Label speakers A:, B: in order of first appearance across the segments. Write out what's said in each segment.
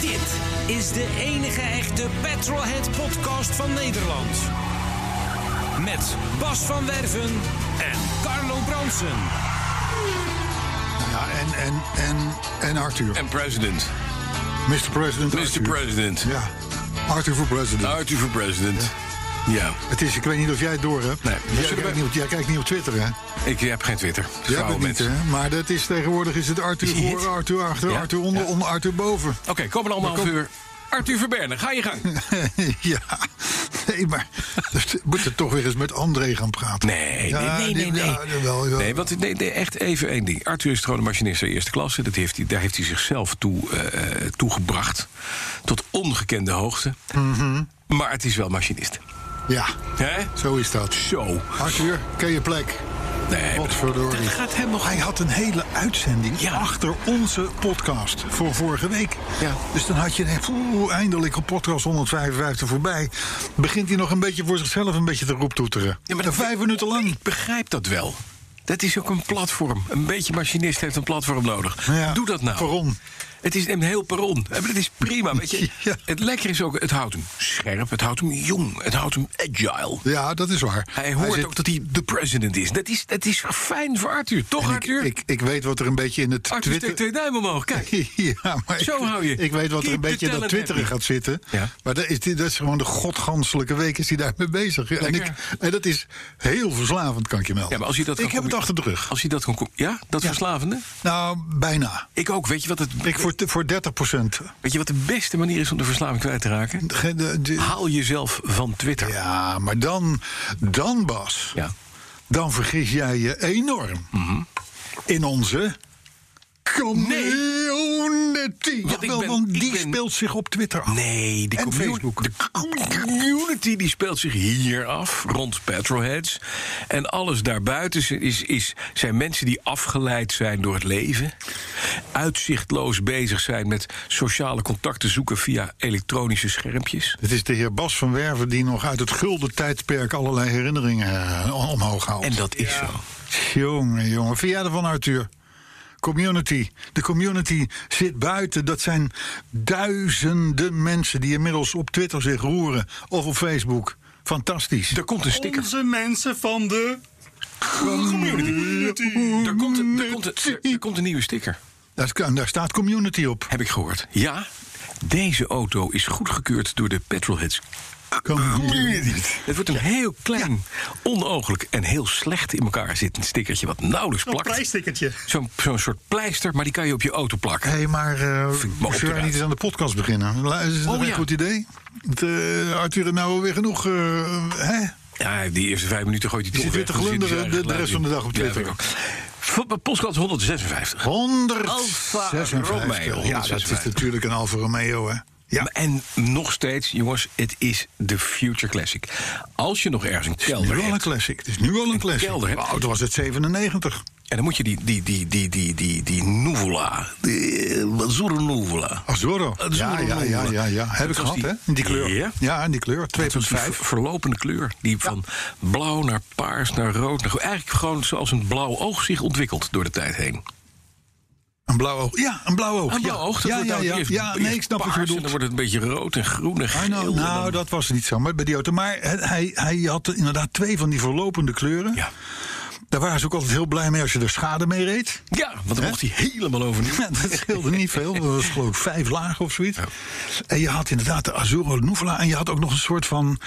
A: Dit is de enige echte Petrolhead podcast van Nederland. Met Bas van Werven en Carlo Bronsen.
B: Ja, en, en, en, en Arthur.
C: En president.
B: Mr. President.
C: Mr.
B: Arthur.
C: President.
B: Ja, Arthur voor president.
C: Arthur voor president. Ja.
B: Het is, ik weet niet of jij het door hebt.
C: Nee.
B: jij,
C: Zullen we-
B: kijkt niet op, jij kijkt niet op Twitter, hè?
C: Ik heb geen Twitter.
B: Jij hebt
C: Flauwe
B: het niet,
C: mensen.
B: hè? Maar dat is, tegenwoordig is het Arthur
C: Is hij
B: voor,
C: het?
B: Arthur achter,
C: Ja?
B: Arthur onder,
C: Ja.
B: onder, Arthur boven.
C: Oké, kom maar allemaal half uur. Arthur Verbergen, ga je gang.
B: ja, nee, maar we moeten toch weer eens met André gaan praten.
C: Nee,
B: Ja,
C: nee, nee,
B: die-
C: nee.
B: ja,
C: Nee,
B: jawel, jawel.
C: nee want nee, nee, echt even één ding. Arthur is gewoon een machinist van eerste klasse. Dat heeft hij, daar heeft hij zichzelf toe, eh, toegebracht. Tot ongekende hoogte.
B: Mhm.
C: Maar het is wel machinist.
B: Ja,
C: Hè?
B: zo is dat.
C: Zo.
B: Arthur, ken je plek?
C: Nee,
B: Wat verdorie.
C: dat gaat hem nog...
B: Hij had een hele uitzending
C: Ja.
B: achter onze podcast voor vorige week.
C: Ja.
B: Dus dan had je echt, oeh, eindelijk op podcast 155 voorbij. Begint hij nog een beetje voor zichzelf een beetje te roeptoeteren.
C: Ja, maar
B: En
C: dat-
B: vijf minuten lang.
C: Ik begrijp dat wel. Dat is ook een platform. Een beetje machinist heeft een platform nodig.
B: Ja,
C: Doe dat nou.
B: perron.
C: Het is een heel perron. Eh, maar Het is prima, weet je.
B: Ja.
C: Het lekker is ook, het houdt hem scherp, het houdt hem jong, het houdt hem agile.
B: Ja, dat is waar.
C: Hij hoort
B: zit-
C: ook dat hij de president is. Dat is, dat is fijn voor Arthur, toch
B: en ik,
C: Arthur?
B: ik, ik weet wat er een beetje in het
C: Arthur steekt
B: Twitter...
C: twee duimen omhoog, kijk.
B: Ja, maar
C: Zo
B: ik,
C: hou je.
B: ik weet wat er
C: Keep
B: een beetje
C: the
B: in dat
C: talent
B: twitteren
C: happy.
B: gaat zitten.
C: Ja.
B: Maar dat is, dit- dat is gewoon de godganselijke week is hij daarmee bezig. En, ik,
C: Lekker.
B: en dat is heel verslavend, kan ik je melden.
C: Ja, maar als je dat
B: ik
C: kan
B: heb het
C: combi-
B: achter de rug.
C: Als je dat kon... kom- Ja, dat verslavende?
B: Nou, bijna.
C: Ik ook, weet je wat het...
B: Ik voor, voor 30 procent.
C: Weet je wat de beste manier is om de verslaving kwijt te raken? Haal jezelf van Twitter.
B: Ja, maar dan, dan Bas,
C: Ja. Mhm.
B: dan vergis jij je enorm in onze community.
C: Want ik
B: Wel,
C: ben-
B: want
C: ik
B: die
C: ben-
B: speelt zich op Twitter af.
C: Nee, die
B: En
C: commu-
B: Facebook.
C: de community die speelt zich hier af, rond Petrolheads. En alles daarbuiten is, is, is, zijn mensen die afgeleid zijn door het leven. Uitzichtloos bezig zijn met sociale contacten zoeken via elektronische schermpjes.
B: Het is de heer Bas van Werven die nog uit het gulden tijdperk allerlei herinneringen eh, o- omhoog houdt.
C: En dat is zo.
B: Jongen, jongen. Vind jij ervan, Arthur? Community. De community zit buiten. Dat zijn duizenden mensen die inmiddels op Twitter zich roeren. Of op Facebook. Fantastisch.
C: Er komt een sticker.
D: Onze mensen van de.
C: Er komt een, er komt een, er- er komt een nieuwe sticker.
B: Daar, kan- daar staat community op.
C: Heb ik gehoord. Ja, deze auto is goedgekeurd door de Petrolheads
B: Community.
C: Het wordt een heel klein, onooglijk en heel slecht in elkaar zittend stickertje... wat nauwelijks
D: Een
C: plakt.
D: prijsstickertje.
C: Zo'n zo'n soort pleister, maar die kan je op je auto plakken.
B: Hé, hey, maar eh
C: ik me op te
B: zullen wij niet
C: raad.
B: eens aan de podcast beginnen? La- Is dat
C: Oh,
B: een
C: ja.
B: goed idee? Want, eh, Arthur, nou weer genoeg... eh, hè?
C: Ja, die eerste vijf minuten gooit hij
B: Die
C: toch
B: zit weer te
C: weg. Dus
B: glunderen
C: dit is
B: de- de rest van de dag op
C: Ja,
B: Twitter.
C: vind ik ook. Vo- Postcard 156.
B: 156.
C: Alfa Romeo,
B: Ja, dat is
C: 156.
B: natuurlijk een Alfa Romeo, hè? Ja.
C: Maar- En nog steeds, jongens, het is de Future Classic. Als je nog ergens een kelder
B: nu al een
C: hebt...
B: classic. Het is nu al een classic.
C: kelder hebt-
B: Oh, toen was het 97.
C: en dan moet je die, die, die, die, die, die, die Nuvula... die, eh, Azzurro Nuvula...
B: Azoro.
C: Azuro
B: Ja, ja, ja, ja, ja. Heb ik
C: Dat was
B: gehad,
C: die-
B: hè? In die kleur.
C: Ja.
B: Ja, in die kleur. 2,5.
C: Het was die ver- verlopende kleur. Die van blauw naar paars naar rood. Naar groen. Eigenlijk gewoon zoals een blauw oog zich ontwikkelt door de tijd heen.
B: Een blauw oog. Ja, een blauw oog.
C: Een blauw
B: ja.
C: oog, dat
B: ja,
C: wordt
B: ja,
C: nou
B: ja.
C: eerst-
B: ja, nee,
C: eerst
B: ik snap wat
C: paars
B: je
C: En dan
B: bedoelt.
C: wordt het een beetje rood en groen en
B: I
C: geel.
B: know.
C: en
B: nou,
C: dan-
B: dat was niet zo, maar bij die auto. Maar het- hij, hij had inderdaad twee van die verlopende kleuren.
C: ja.
B: Daar waren ze ook altijd heel blij mee als je er schade mee reed.
C: ja, want dan mocht hij helemaal overnieuw.
B: Ja, dat scheelde niet veel. Dat was geloof ik vijf lagen of zoiets. En je had inderdaad de Azuro Nuvula. En je had ook nog een soort van...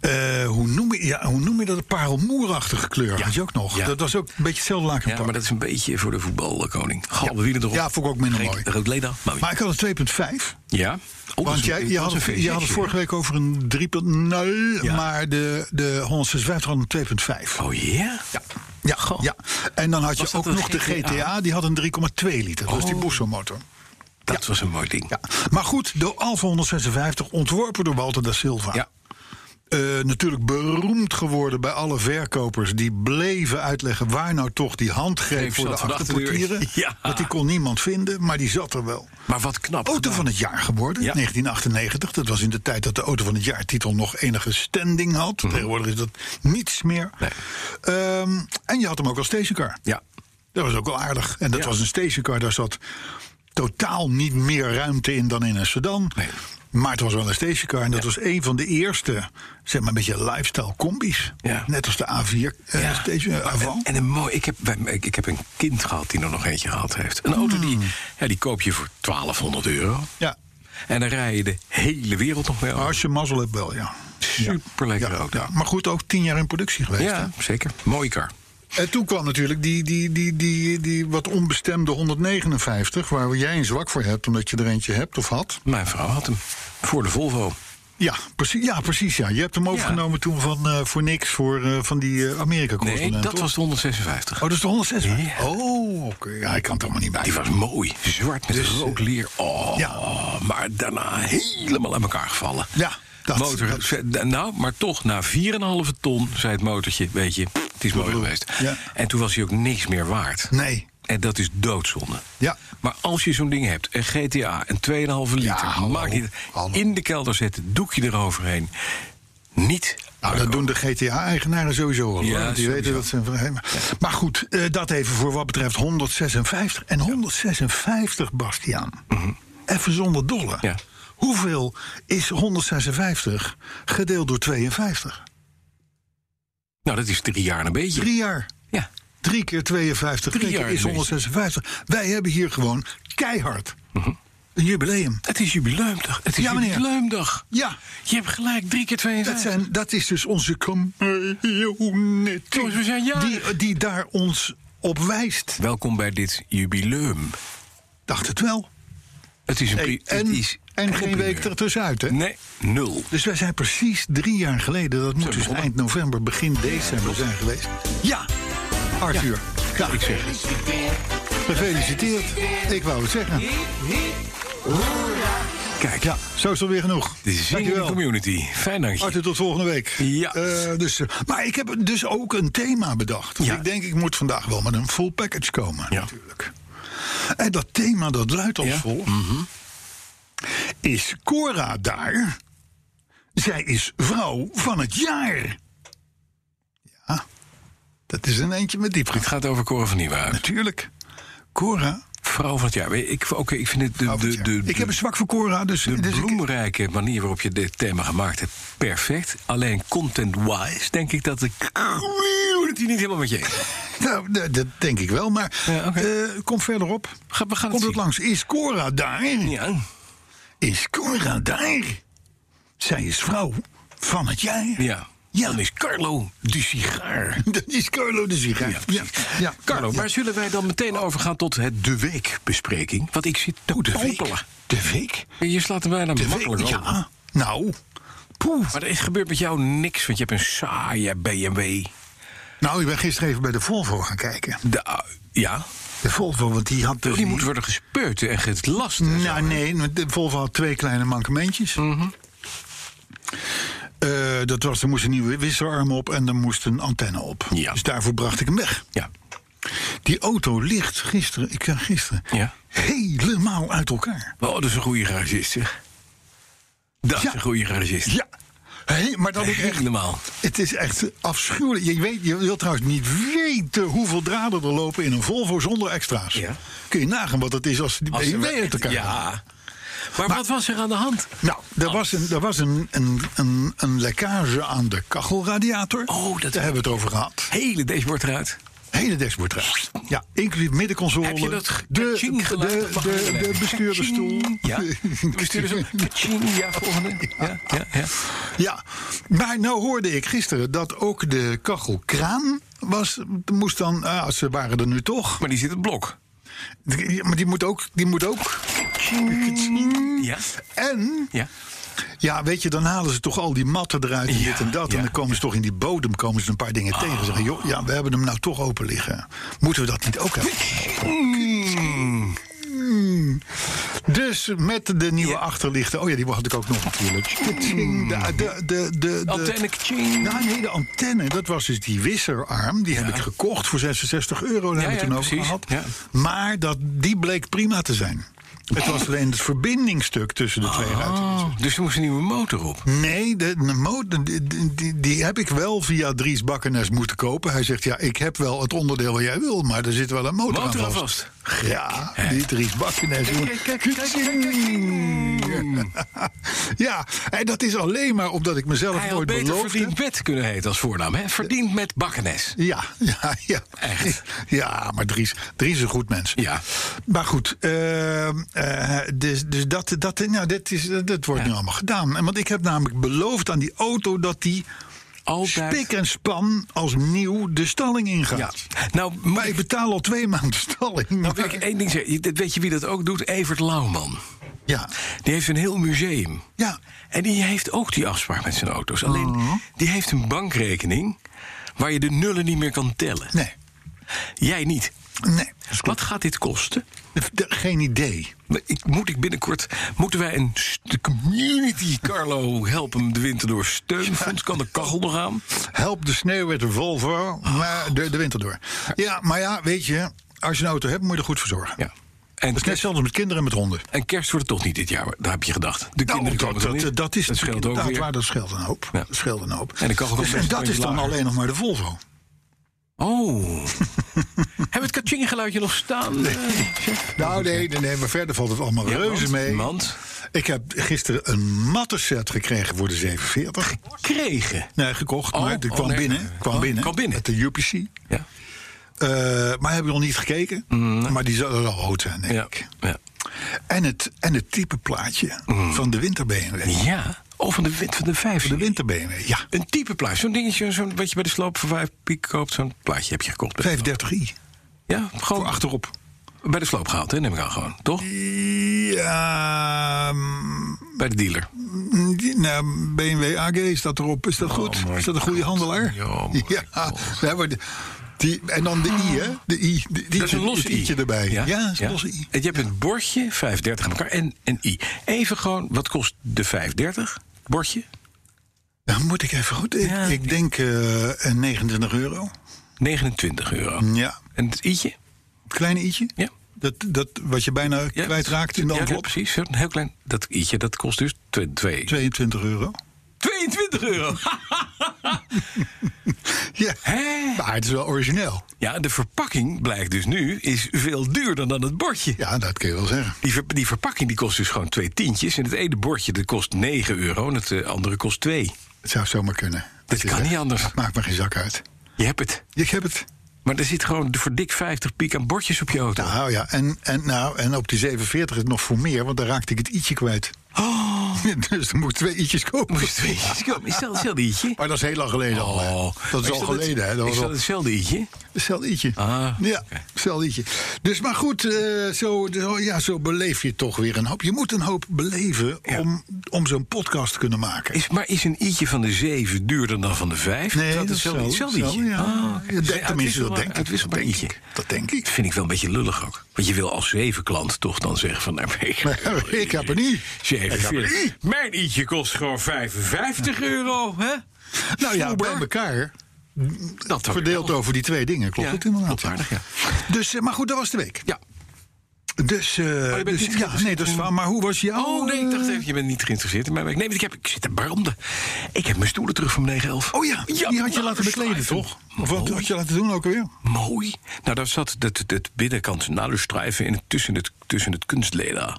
B: eh, hoe, noem je, ja, hoe noem je dat? Een parelmoerachtige kleur had je ook nog.
C: Ja.
B: Dat was ook een beetje hetzelfde laken.
C: Ja, maar dat is een beetje voor de voetbalkoning. Galbe wielen erop.
B: Ja, vond ik ook minder mooi.
C: Rood leda. Maar,
B: Maar ik had een 2,5.
C: ja. Oh, dat
B: Want
C: is
B: jij,
C: een-
B: je,
C: dat
B: had
C: is een
B: het, je had het
C: feestje.
B: vorige week over een 3,0.
C: Ja.
B: Maar de, de 156 had een 2,5.
C: Oh ja? Ja.
B: Ja,
C: Goh.
B: ja, en dan had je
C: Was dat
B: ook
C: een
B: nog de
C: GTA? Oh.
B: GTA. Die had een 3,2 liter. Dat was die Bosso motor.
C: Dat was een mooi ding.
B: Ja. Maar goed, de Alfa 156, ontworpen door Walter da Silva.
C: Ja.
B: Eh, natuurlijk beroemd geworden bij alle verkopers. Die bleven uitleggen waar nou toch die handgreep
C: Greep
B: voor de
C: zat van de
B: achterportieren.
C: achterdeur. Ja.
B: Want die kon niemand vinden, maar die zat er wel.
C: Maar wat knap.
B: Auto
C: gedaan.
B: van het jaar geworden,
C: Ja.
B: 1998. Dat was in de tijd dat de Auto van het jaar titel nog enige standing had. Tegenwoordig is dat niets meer.
C: Mhm. Nee.
B: Ehm, en je had hem ook als stationcar.
C: Ja.
B: Dat was ook wel aardig. En dat
C: Ja.
B: was een stationcar, daar zat totaal niet meer ruimte in dan in een sedan.
C: Nee.
B: Maar het was wel een stationcar en dat was een van de eerste, zeg maar, een beetje lifestyle combis.
C: Ja.
B: Net als de A4 eh
C: Ja.
B: station, eh, Avant.
C: En een mooi, ik heb, wij- ik, ik heb een kind gehad die er nog eentje gehad heeft. Een auto
B: Hmm.
C: die, ja, die koop je voor 1200 euro.
B: Ja,
C: En dan rij je de hele wereld nog mee
B: maar
C: over.
B: Oh, als je mazzel hebt wel, ja.
C: Super lekker
B: ja,
C: auto.
B: ja. Maar goed, ook tien jaar in productie geweest.
C: Ja, zeker. Mooie car.
B: En toen kwam natuurlijk die, die, die, die, die wat onbestemde 159, waar jij een zwak voor hebt, omdat je er eentje hebt of had.
C: Mijn vrouw had hem. Voor de Volvo.
B: Ja, precies. Ja, precies ja. Je hebt hem overgenomen toen van, eh, voor niks voor, eh, van die eh, Amerika-correspondent.
C: Nee, dat
B: toch?
C: was de 156.
B: Oh, dat is de 160.
C: Ja.
B: Oh, oké. Ja, ik kan het allemaal niet bij.
C: Die was mooi. Zwart met rood leer. Oh,
B: Dus, ja.
C: maar daarna helemaal aan elkaar gevallen.
B: Ja, dat-
C: Motor,
B: dat-
C: ze- Nou, maar toch, na 4,5 ton zei het motortje, weet je, het is mooi geweest.
B: Ja.
C: En toen was hij ook niks meer waard.
B: Nee.
C: En dat is doodzonde.
B: Ja.
C: Maar als je zo'n ding hebt, een GTA, een 2,5 liter,
B: hallo,
C: maakt niet-
B: hallo.
C: in de kelder zetten, doekje eroverheen. Niet.
B: Nou, dat doen de GTA-eigenaren sowieso al.
C: Oh. Ja,
B: hoor. Die
C: sowieso.
B: weten dat ze... van- hey, Maar, maar goed, eh, dat even voor wat betreft 156. En 156, Bastiaan. Even zonder dolle.
C: Mhm. Ja.
B: Hoeveel is 156 gedeeld door 52?
C: Nou, dat is drie jaar en een beetje.
B: Drie jaar.
C: Ja.
B: Drie keer 52
C: Drie
B: drie
C: jaar
B: keer is
C: ineens.
B: 156. Wij hebben hier gewoon keihard een jubileum.
C: Het is jubileumdag. Het is
B: Ja, meneer.
C: jubileumdag.
B: Ja,
C: Je hebt gelijk, drie keer 52.
B: dat, zijn, dat is dus onze community.
C: Jongens, we zijn jarig.
B: die, die daar ons op wijst.
C: Welkom bij dit jubileum.
B: Dacht het wel.
C: Het is een
B: Hey,
C: pri-
B: en
C: het is
B: en
C: een
B: geen
C: primeur.
B: week ertussenuit, hè?
C: Nee, nul.
B: Dus wij zijn precies drie jaar geleden, dat moet dus
C: begonnen.
B: eind november, begin december zijn geweest. Ja, Arthur. Ja,
C: Ik zeg het.
B: gefeliciteerd. Ik wou het zeggen.
C: Kijk,
B: Ja, zo is het weer genoeg.
C: dit is de
B: Dankjewel.
C: community. Fijn dankje.
B: Arthur, tot volgende week.
C: Ja.
B: Eh, dus, eh, maar ik heb dus ook een thema bedacht. Want
C: Ja.
B: Ik denk, ik moet vandaag wel met een full package komen.
C: Ja.
B: Natuurlijk. En dat thema dat luidt als
C: Ja. Mhm.
B: volgt. Is Cora daar? Zij is vrouw van het jaar. Ja, dat is een eentje met
C: Het
B: diepgang.
C: gaat over Cora van Nieuwenhuizen.
B: Natuurlijk. Cora,
C: Vrouw van het jaar. Weet je, Ik, oké, ik vind het de,
B: vrouw van het
C: de,
B: jaar.
C: de,
B: ik heb een zwak voor Cora, dus,
C: de
B: dus ik,
C: bloemrijke manier waarop je dit thema gemaakt hebt. Perfect. Alleen content-wise denk ik dat de community niet helemaal met je is.
B: Nou, d- dat denk ik wel, maar
C: Ja, oké.
B: eh, kom verderop.
C: Ga- we gaan het
B: Komt het
C: zien.
B: langs. Is Cora daar?
C: Ja.
B: Is Cora daar? Zij is vrouw van het jaar.
C: ja.
B: Ja.
C: Dan is Carlo de sigaar.
B: Dat is Carlo de Ziga.
C: Ja, precies. Carlo, maar zullen wij dan meteen overgaan tot het De Week-bespreking? Want ik zit te
B: Oh, de week.
C: popelen.
B: De week?
C: Je slaat er bijna
B: De
C: makkelijk
B: week?
C: over.
B: Ja. Nou. Poeh.
C: Maar er is- gebeurt met jou niks, want je hebt een saaie BMW.
B: Nou, ik ben gisteren even bij de Volvo gaan kijken.
C: De, uh, ja,
B: De Volvo, want die had dus...
C: die moet worden gespeuten en getlast. en zo.
B: Nou, nee, want de Volvo had twee kleine mankementjes.
C: Mhm.
B: Eh, dat was, er moest een nieuwe wisselarm op en er moest een antenne op.
C: Ja.
B: Dus daarvoor bracht ik hem weg.
C: Ja.
B: Die auto ligt gisteren, ik zeg gisteren,
C: Ja.
B: helemaal uit elkaar.
C: Oh, dat is een goede garagist, zeg. Dat
B: Ja.
C: is een goede garagist.
B: Ja, Hé, maar dat ook echt.
C: Helemaal.
B: Het is echt afschuwelijk. Je, weet, je wilt trouwens niet weten hoeveel draden er lopen in een Volvo zonder extra's.
C: Ja.
B: Kun je nagaan wat dat is als die
C: Als
B: BMW
C: er-
B: uit elkaar gaat.
C: Ja. Maar, wat was er aan de hand?
B: Nou, er
C: Oh.
B: was, een, er was een, een, een, een lekkage aan de kachelradiator.
C: Oh, dat-
B: Daar hebben we het over gehad.
C: Hele dashboard eruit.
B: Hele dashboard trouwens. Ja, inclusief middenconsole.
C: Heb je dat ge-
B: de,
C: kaching
B: de,
C: geluid?
B: de,
C: Wacht even.
B: de, de bestuurdersstoel.
C: Ja. De bestuurdersstoel. Kaching, ja, volgende. Ja, ja, ja.
B: Ja, maar nou hoorde ik gisteren dat ook de kachelkraan was, moest dan, ah, ze waren er nu toch,
C: Maar die zit in het blok.
B: maar die moet ook, die moet ook.
C: Ja.
B: En,
C: Ja.
B: ja, weet je, dan halen ze toch al die matten eruit en
C: Ja,
B: dit en dat. En
C: ja. Ah.
B: dan komen ze toch in die bodem komen ze een paar dingen tegen. Zeggen, joh, ja, we hebben hem nou toch open liggen. Moeten we dat niet ook hebben? Tjing. Dus met de nieuwe achterlichten. Oh ja, die mag ik ook nog natuurlijk. Tjing. De, de, de, de, de-
C: Mm. Antenne kting.
B: Nou, nee, de antenne, dat was dus die wisserarm. Die heb ik gekocht voor 66 euro. Daar
C: Ja,
B: hebben we
C: ja,
B: toen over gehad.
C: precies. Ja.
B: Maar dat, die bleek prima te zijn. Het was alleen het verbindingstuk tussen de twee ruiten.
C: Dus er moest een nieuwe motor op.
B: Nee, de, de mo- de- die, die, die heb ik wel via Dries Bakkenes moeten kopen. Hij zegt, ja, ik heb wel het onderdeel wat jij wil, maar er zit wel een motor,
C: Motor
B: aan
C: aan
B: vast.
C: vast.
B: Ja, die Dries Bakkenes. Ja, en dat is alleen maar omdat ik mezelf
C: Hij had
B: ooit
C: beter
B: beloofd heb.
C: verdiend met kunnen heten als voornaam. Hè? Verdiend met bakkenes.
B: Ja, ja, ja.
C: Echt?
B: Ja, maar Dries, Dries is een goed mens.
C: Ja.
B: Maar goed, ehm, eh, dus, dus dat, dat, nou, dit is, dat wordt nu allemaal gedaan. En Want ik heb namelijk beloofd aan die auto dat die
C: Altijd.
B: pik en span als nieuw de stalling ingaat.
C: Ja. Nou, moet
B: Maar ik
C: ik,
B: betaal al twee maanden stalling. Maar-
C: wil ik één ding zeggen. Je- Weet je wie dat ook doet? Evert Lauwman.
B: ja.
C: Die heeft een heel museum.
B: ja, Mhm.
C: En die heeft ook die afspraak met zijn auto's. Alleen, die heeft een bankrekening waar je de nullen niet meer kan tellen.
B: nee,
C: Jij niet.
B: nee.
C: Wat gaat dit kosten?
B: De- Geen idee.
C: Ik, moet ik binnenkort, moeten wij een st- de community Carlo help hem de winter door steunfonds? Kan de kachel nog aan?
B: Help de sneeuw met de Volvo
C: Oh,
B: maar de, de winter door. Ja, maar ja, weet je, als je een auto hebt, moet je er goed voor zorgen.
C: Ja.
B: Dat
C: En,
B: is net
C: kerst,
B: hetzelfde als met kinderen en met honden.
C: en kerst wordt het toch niet dit jaar, daar heb je gedacht. De
B: Nou,
C: kinderen komen
B: dat,
C: er niet.
B: dat, dat is
C: dat scheelt ook
B: inderdaad
C: weer.
B: waar, dat scheelt een hoop.
C: Ja.
B: Dat scheelt een hoop.
C: En de kachel komt
B: Dus-
C: best
B: en
C: een
B: dat is
C: puntje
B: dan
C: lager.
B: alleen nog maar de Volvo.
C: Oh. Hebben we het katjing-geluidje nog staan?
B: Nou nee, nee, nee, maar verder valt het allemaal
C: Ja,
B: reuze
C: want-
B: mee.
C: want?
B: Ik heb gisteren een matte set gekregen voor de 47.
C: Kregen.
B: Nee, gekocht,
C: Oh,
B: maar ik
C: oh,
B: kwam
C: nee.
B: binnen. Kwam
C: Oh,
B: binnen.
C: kwam binnen.
B: Met de UPC.
C: Ja.
B: Eh, maar heb ik nog niet gekeken. Maar die zal wel rood zijn, denk
C: Mm. Ja.
B: ik.
C: ja.
B: En het, en het type plaatje van de winter BMW.
C: Mm. ja. Oh, van de, wit- van de vijf.
B: De winter BMW, ja.
C: Een type plaatje. Zo'n dingetje zo'n wat je bij de sloop voor vijf piek koopt. Zo'n plaatje heb je gekocht. bij de sloop.
B: 530i.
C: Ja, gewoon
B: Voor achterop.
C: bij de sloop gehaald, hè, neem ik aan gewoon. Toch?
B: Ja, mm,
C: Bij de dealer.
B: die- nou, BMW AG staat erop. Is dat goed?
C: Oh my
B: Is dat een goede handelaar?
C: Ja, oh my
B: ja. Nee, maar de- die, en dan de I, hè? De I. De, die,
C: Dat is een los
B: het i'tje erbij. Ja, dat is een losse I.
C: En je hebt een bordje, 530 aan elkaar en een i. Even gewoon, wat kost de 530? Bordje?
B: Dan moet ik even goed. Ik,
C: Ja.
B: ik denk eh, een 29 euro.
C: 29 euro.
B: Ja,
C: En het i'tje?
B: kleine i'tje.
C: Ja.
B: Dat, dat wat je bijna
C: ja.
B: kwijtraakt in de
C: Ja, Ja,
B: envelop.
C: precies. Een heel klein, dat i'tje, dat kost dus 2,
B: 22 euro.
C: 22 euro.
B: Ja.
C: Hè?
B: Maar het is wel origineel.
C: Ja, de verpakking blijkt dus nu is veel duurder dan het bordje.
B: Ja, dat kun je wel zeggen.
C: Die, ver- die verpakking die kost dus gewoon twee tientjes. En het ene bordje dat kost 9 euro en het eh, andere kost 2.
B: Het zou zomaar kunnen.
C: Dat
B: je
C: kan
B: zegt,
C: niet anders.
B: Maakt maar geen zak uit.
C: Je hebt het.
B: Ik heb het.
C: Maar er zit gewoon voor dik 50 piek aan bordjes op je auto.
B: Nou ja, en, en, nou, en op die 47 is het nog voor meer, want daar raakte ik het i'tje kwijt. Oh. Dus er moet twee i'tjes komen.
C: Moest twee ietsjes komen. Is dat hetzelfde i'tje?
B: Maar dat is heel lang geleden al. hè. Dat is al geleden, hè? Dat
C: Is
B: was
C: dat
B: al
C: hetzelfde i'tje?
B: hetzelfde i'tje.
C: Ah,
B: ja, hetzelfde i'tje. Dus maar goed, eh, zo, zo- ja, zo beleef je toch weer een hoop. Je moet een hoop beleven
C: Ja.
B: om, om zo'n podcast te kunnen maken.
C: Is, maar is een i'tje van de 7 duurder dan van de 5?
B: Nee, dat is
C: hetzelfde,
B: zo,
C: hetzelfde
B: zo,
C: i'tje?
B: ja.
C: Ah, oké.
B: Ja, dat- tenminste, dat denk ik.
C: Uitwisselbaar
B: Dat denk
C: i'tje.
B: ik. Dat denk ik.
C: vind ik wel een beetje lullig ook. Want je wil als zeven klant toch dan zeggen van... Nou,
B: Ik heb er niet.
C: Zeven,
B: Ik heb er
C: vier.
B: niet.
C: Mijn i'tje kost gewoon 55 euro, hè?
B: Nou ja, bij
C: Sober.
B: elkaar.
C: Dat dan
B: Verdeeld
C: weer wel.
B: over die twee dingen, klopt
C: Ja,
B: het inderdaad.
C: klopt aardig, ja.
B: Dus, eh, maar goed, dat was de week.
C: Ja.
B: Dus, eh,
C: Oh, bent
B: dus
C: niet
B: ja, nee, dat is waar. Maar hoe was jouw...
C: Oh nee, ik dacht
B: eh.
C: even, je bent niet geïnteresseerd in mijn werk. Nee, want ik, heb, ik zit er baromde. Ik heb mijn stoelen terug van 911.
B: Oh ja, die had je
C: nou,
B: laten bekleden,
C: schrijven.
B: toch? Of wat had je laten doen ook weer?
C: Mooi. Nou, daar zat het, het binnenkant naluistrijven in het, tussen, het, tussen het kunstleda.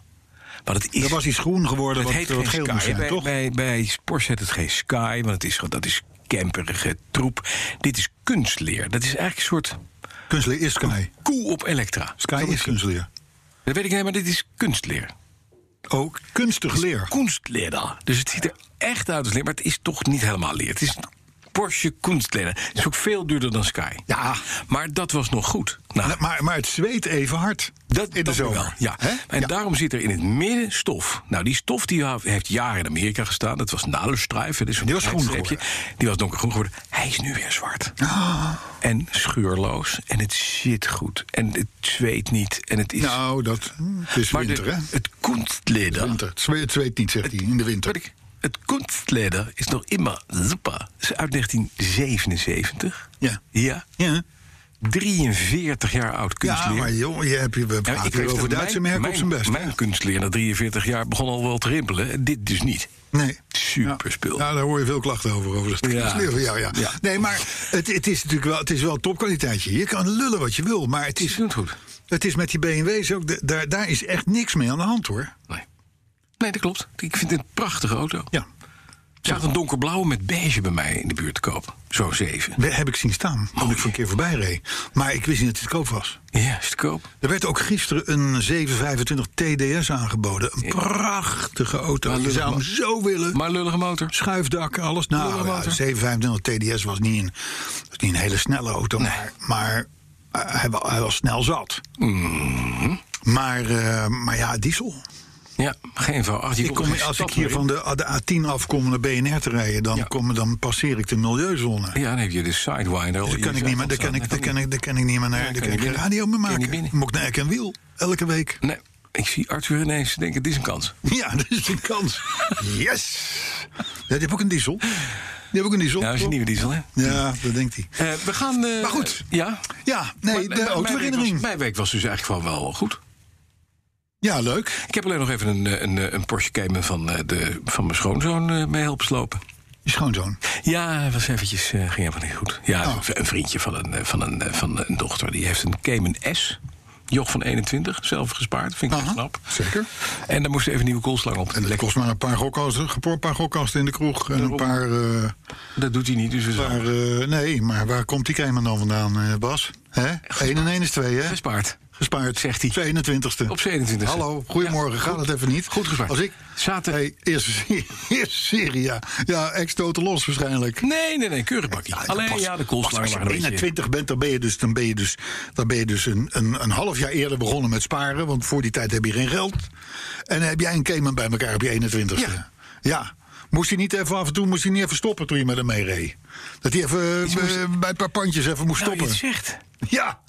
C: Maar het is...
B: Er was iets groen geworden
C: het
B: wat,
C: heet
B: wat
C: geen
B: geel
C: Sky.
B: moest zijn,
C: bij,
B: toch?
C: Bij, bij Porsche heet het geen Sky, want het is, gewoon- dat is camperige troep. Dit is kunstleer. Dat is eigenlijk een soort
B: Kunstleer is Sky.
C: koe op elektra.
B: Sky is kunstleer.
C: Dat weet ik niet, maar dit is kunstleer.
B: Ook kunstig leer.
C: Kunstleder. Dus het ziet er echt uit als leer, maar het is toch niet helemaal leer. Het is Porsche Kunstleden. Dat is ook veel duurder dan Sky.
B: Ja.
C: Maar dat was nog goed. Nou,
B: Nee, Maar, maar het zweet even hard
C: dat,
B: in de
C: dat
B: zomer.
C: wel, ja.
B: Hè?
C: En
B: Ja.
C: daarom zit er in het midden stof. Nou, die stof die ha- heeft jaren in Amerika gestaan. Dat was nadelstrijf. Dat is een
B: Die was
C: klein
B: groen
C: streepje. Die was donkergroen geworden. Hij is nu weer zwart.
B: Oh.
C: En scheurloos. En het zit goed. En het zweet niet. En het is...
B: Nou, dat het is
C: maar de-
B: winter, hè?
C: het kunstleder...
B: Winter. Het zweet, het zweet niet, zegt hij, in de winter.
C: Weet ik, het kunstleder is nog immer super. Het is uit 1977.
B: Ja.
C: Ja.
B: Ja.
C: 43 jaar oud
B: ja,
C: kunstleer.
B: maar joh, je hebt je, we
C: Ja,
B: praten
C: ik
B: hier
C: weet
B: over
C: dat
B: Duitse
C: mijn-
B: merken op zijn best.
C: Mijn, mijn kunstleer na 43 jaar begon al wel te rimpelen. En Dit dus niet.
B: Nee.
C: Super spul.
B: Ja, daar hoor je veel klachten over. over dat
C: Ja.
B: ja. Ja, ja.
C: Ja.
B: Nee, maar het, het is natuurlijk wel, het is wel topkwaliteitje. Je kan lullen wat je wil, maar het
C: Ze
B: is,
C: doen het goed.
B: het is met die BMW's ook. de- daar, daar is echt niks mee aan de hand hoor.
C: Nee. nee, dat klopt. Ik vind het een prachtige auto.
B: Ja.
C: Ik zag een donkerblauwe met beige bij mij in de buurt te koop. Zo zeven.
B: We- Heb ik zien staan toen
C: Mooi.
B: ik voor een keer voorbij reed. Maar ik wist niet dat het koop was.
C: Ja, is te koop.
B: Er werd ook gisteren een 725 TDS aangeboden. Een prachtige auto.
C: Maar
B: Je zou hem
C: lullig,
B: zo willen.
C: Maar lullige motor.
B: Schuifdak, alles. Nou, ja,
C: Lullenmotor.
B: 725 TDS was niet een, was niet een hele snelle auto. Maar, maar eh, hij, wa- hij was snel zat.
C: Mhm.
B: Maar, eh, maar ja, diesel.
C: Ja, geen vrouw. Ach, die
B: Ik
C: komt
B: kom,
C: geen
B: als
C: stad
B: ik hier
C: meer in.
B: van de, de A10 afkom om naar BNR te rijden... dan,
C: Ja.
B: kom, dan passeer ik de milieuzone.
C: Ja, dan heb je de Sidewinder. al
B: Dus
C: in
B: daar kan
C: je
B: ik niet meer, daar
C: zijkant
B: kan ik,
C: staan.
B: daar kan ik, daar kan ik niet meer naar,
C: Ja,
B: daar
C: kan
B: kan
C: je
B: ik geen
C: binnen.
B: radio meer
C: Kan je
B: maken.
C: niet binnen.
B: Moet ik naar Eck en Wiel, elke week.
C: Nee, ik zie Arthur ineens denken, dit is een kans.
B: Ja, dat is een kans. Yes! Ja, die heb ook een diesel. Die heb ook een diesel.
C: Nou, dat is een nieuwe diesel, hè?
B: Ja, dat denkt hij.
C: Eh, we gaan... eh,
B: Oh, Maar goed.
C: Ja?
B: Ja, nee, de
C: Maar- maar- Mijn week, was,
B: autoherinnering.
C: mijn week was dus eigenlijk wel, wel goed.
B: Ja, leuk.
C: Ik heb alleen nog even een, eh, een, eh, een Porsche Cayman van, eh, de, van mijn schoonzoon eh, mee helpen slopen.
B: Je schoonzoon.
C: Ja, hij was eventjes, eh, ging helemaal niet goed. Ja,
B: Oh.
C: een vriendje van een, eh, van, een, eh, van een dochter. Die heeft een Cayman S. Joch van 21, zelf gespaard. Vind ik echt
B: Aha,
C: knap.
B: Zeker.
C: En daar moest even een nieuwe koelslang op.
B: En dat kost maar een paar gokkasten, gepo- een paar gokkasten in de kroeg. En een paar... eh,
C: Dat doet hij niet, dus we zijn
B: paar eh, nee, maar waar komt die Cayman dan vandaan, eh, Bas? Hè? 1 en 1 is 2, hè?
C: gespaard.
B: Gespaard.
C: Zegt hij.
B: 21ste.
C: Op 27e.
B: Hallo, goedemorgen.
C: Ja,
B: Gaat
C: goed.
B: het even niet?
C: Goed gespaard.
B: Als ik...
C: Zaten-
B: Hey, eerst, eerst Syria. Ja, ex-toten los waarschijnlijk.
C: Nee, nee, nee, keurig bakkie.
B: Ja,
C: alleen
B: pas-
C: ja, de
B: pas
C: koelslangen
B: Als je
C: waren een
B: binnen
C: beetje...
B: 20 bent, dan ben je dus, dan ben je dus, dan ben je dus een, een, een half jaar eerder begonnen met sparen. Want voor die tijd heb je geen geld. En dan heb jij een Cayman bij elkaar op je 21ste. Ja.
C: Ja.
B: Moest hij niet even af en toe moest hij niet even stoppen toen je met hem mee reed? Dat hij even eh, bij een paar pandjes even moest
C: Nou, je
B: stoppen.
C: het zegt.
B: Ja.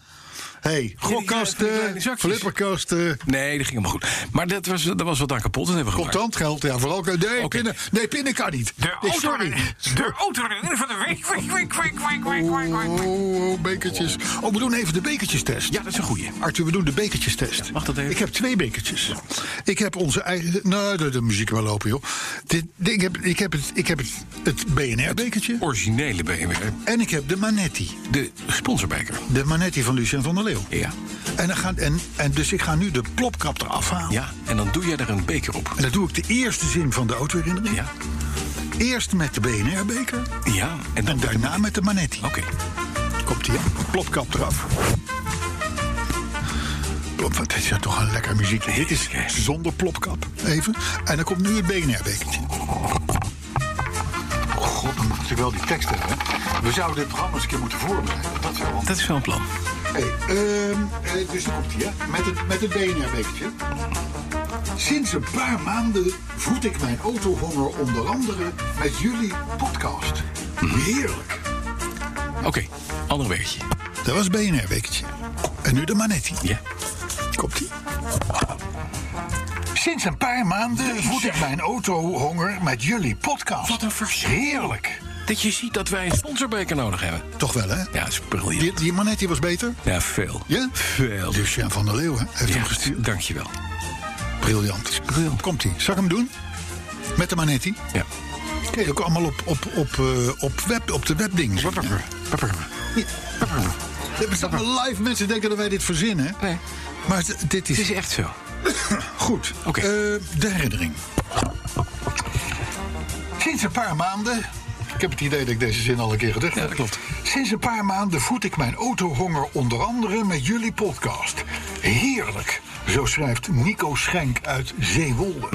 B: hey,
C: die kleine- die
B: gokkasten,
C: kleine zakjes.
B: flipperkasten,
C: Nee, dat ging helemaal goed. Maar dat was, dat was wat aan kapot. Dat hebben we gemaakt.
B: contant geld. Ja, vooral. Nee,
C: Oké.
B: pinnen, nee, pinnen kan niet. Nee,
C: Oh,
B: sorry.
D: De autoherinnering van de week. Week, week, week, week, week, week, week.
B: Oh, oh, bekertjes. Oh, we doen even de bekertjestest.
C: Ja, dat is een goeie.
B: Arthur, we doen de bekertjestest.
C: mag dat even?
B: Ik heb twee bekertjes. Ik heb onze eigen... Nou, de, de muziek wel lopen, joh. Dit, dit- ik heb, ik heb, het, ik heb het, het BNR-bekertje.
C: Originele BMW.
B: En ik heb de Manetti.
C: De sponsorbeker.
B: De Manetti van Lucien van der Leeuw.
C: Ja.
B: En, dan gaan, en, en dus ik ga nu de plopkap eraf halen.
C: Ja, en dan doe jij er een beker op.
B: En dat doe ik de eerste zin van de autoherinnering.
C: Ja.
B: Eerst met de BNR-beker.
C: Ja, en dan...
B: En daarna met de Manetti.
C: Oké.
B: Komt hij Plopkap eraf. Plop, wat is dat toch een lekker muziekje. Dit is zonder plopkap. Even. En dan komt nu het BNR-bekertje. God, dan moet ik wel die tekst hebben. We zouden dit programma eens een keer moeten voorbereiden. Dat zou wel.
C: Dat is wel een plan.
B: Hey, ehm, eh, dus daar komt hij, hè? Met het, met het BNR-bekertje. Sinds een paar maanden voed ik mijn autohonger onder andere met jullie podcast. Mhm. Heerlijk.
C: Oké, ander bekertje.
B: Dat was BNR-bekertje. En nu de Manetti.
C: Ja.
B: Komt ie. Sinds een paar maanden voed ik mijn autohonger met jullie podcast.
C: Wat een verschil.
B: Heerlijk.
C: Dat je ziet dat wij een sponsorbeker nodig hebben.
B: Toch wel, hè?
C: Ja, dat is briljant.
B: Die, die Manetti was beter.
C: Ja, veel.
B: Ja?
C: Veel.
D: Dus
B: Lucien van der Leeuwen heeft hem
C: Ja,
B: gestuurd.
C: dankjewel.
B: Briljant.
C: briljant.
B: Komt ie. Zal ik hem doen? Met de Manetti.
C: Ja.
B: Kreeg ik allemaal op, op, op, eh, op, web, op de webding. Ja. Dit is allemaal live. Mensen denken dat wij dit verzinnen.
C: Nee,
B: Maar d- dit
C: het
B: is
C: is echt zo.
B: Goed.
C: Oké.
B: Eh, de herinnering. Sinds een paar maanden. Ik heb het idee dat ik deze zin al een keer gedacht
C: Ja,
B: heb.
C: dat klopt.
B: Sinds een paar maanden voed ik mijn autohonger onder andere met jullie podcast. Heerlijk, zo schrijft Nico Schenk uit Zeewolde.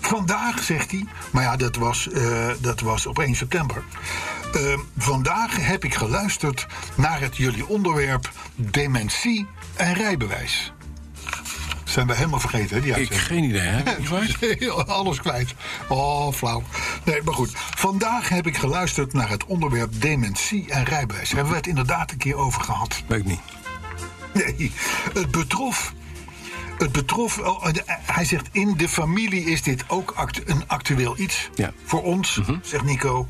B: Vandaag, zegt hij, maar ja, dat was, eh, dat was op 1 september. Eh, vandaag heb ik geluisterd naar het jullie onderwerp dementie en rijbewijs. Zijn we helemaal vergeten, hè? Die
C: Ik
B: uitzending?
C: geen idee, hè? Niet waar?
B: Alles kwijt. Oh, flauw. Nee, maar goed. Vandaag heb ik geluisterd naar het onderwerp dementie en rijbewijs. Hebben we het inderdaad een keer over gehad?
C: Weet ik niet.
B: Nee, het betrof. Het betrof, oh, eh, hij zegt in de familie is dit ook act- een actueel iets.
C: Ja. Mhm.
B: Voor ons, zegt Nico.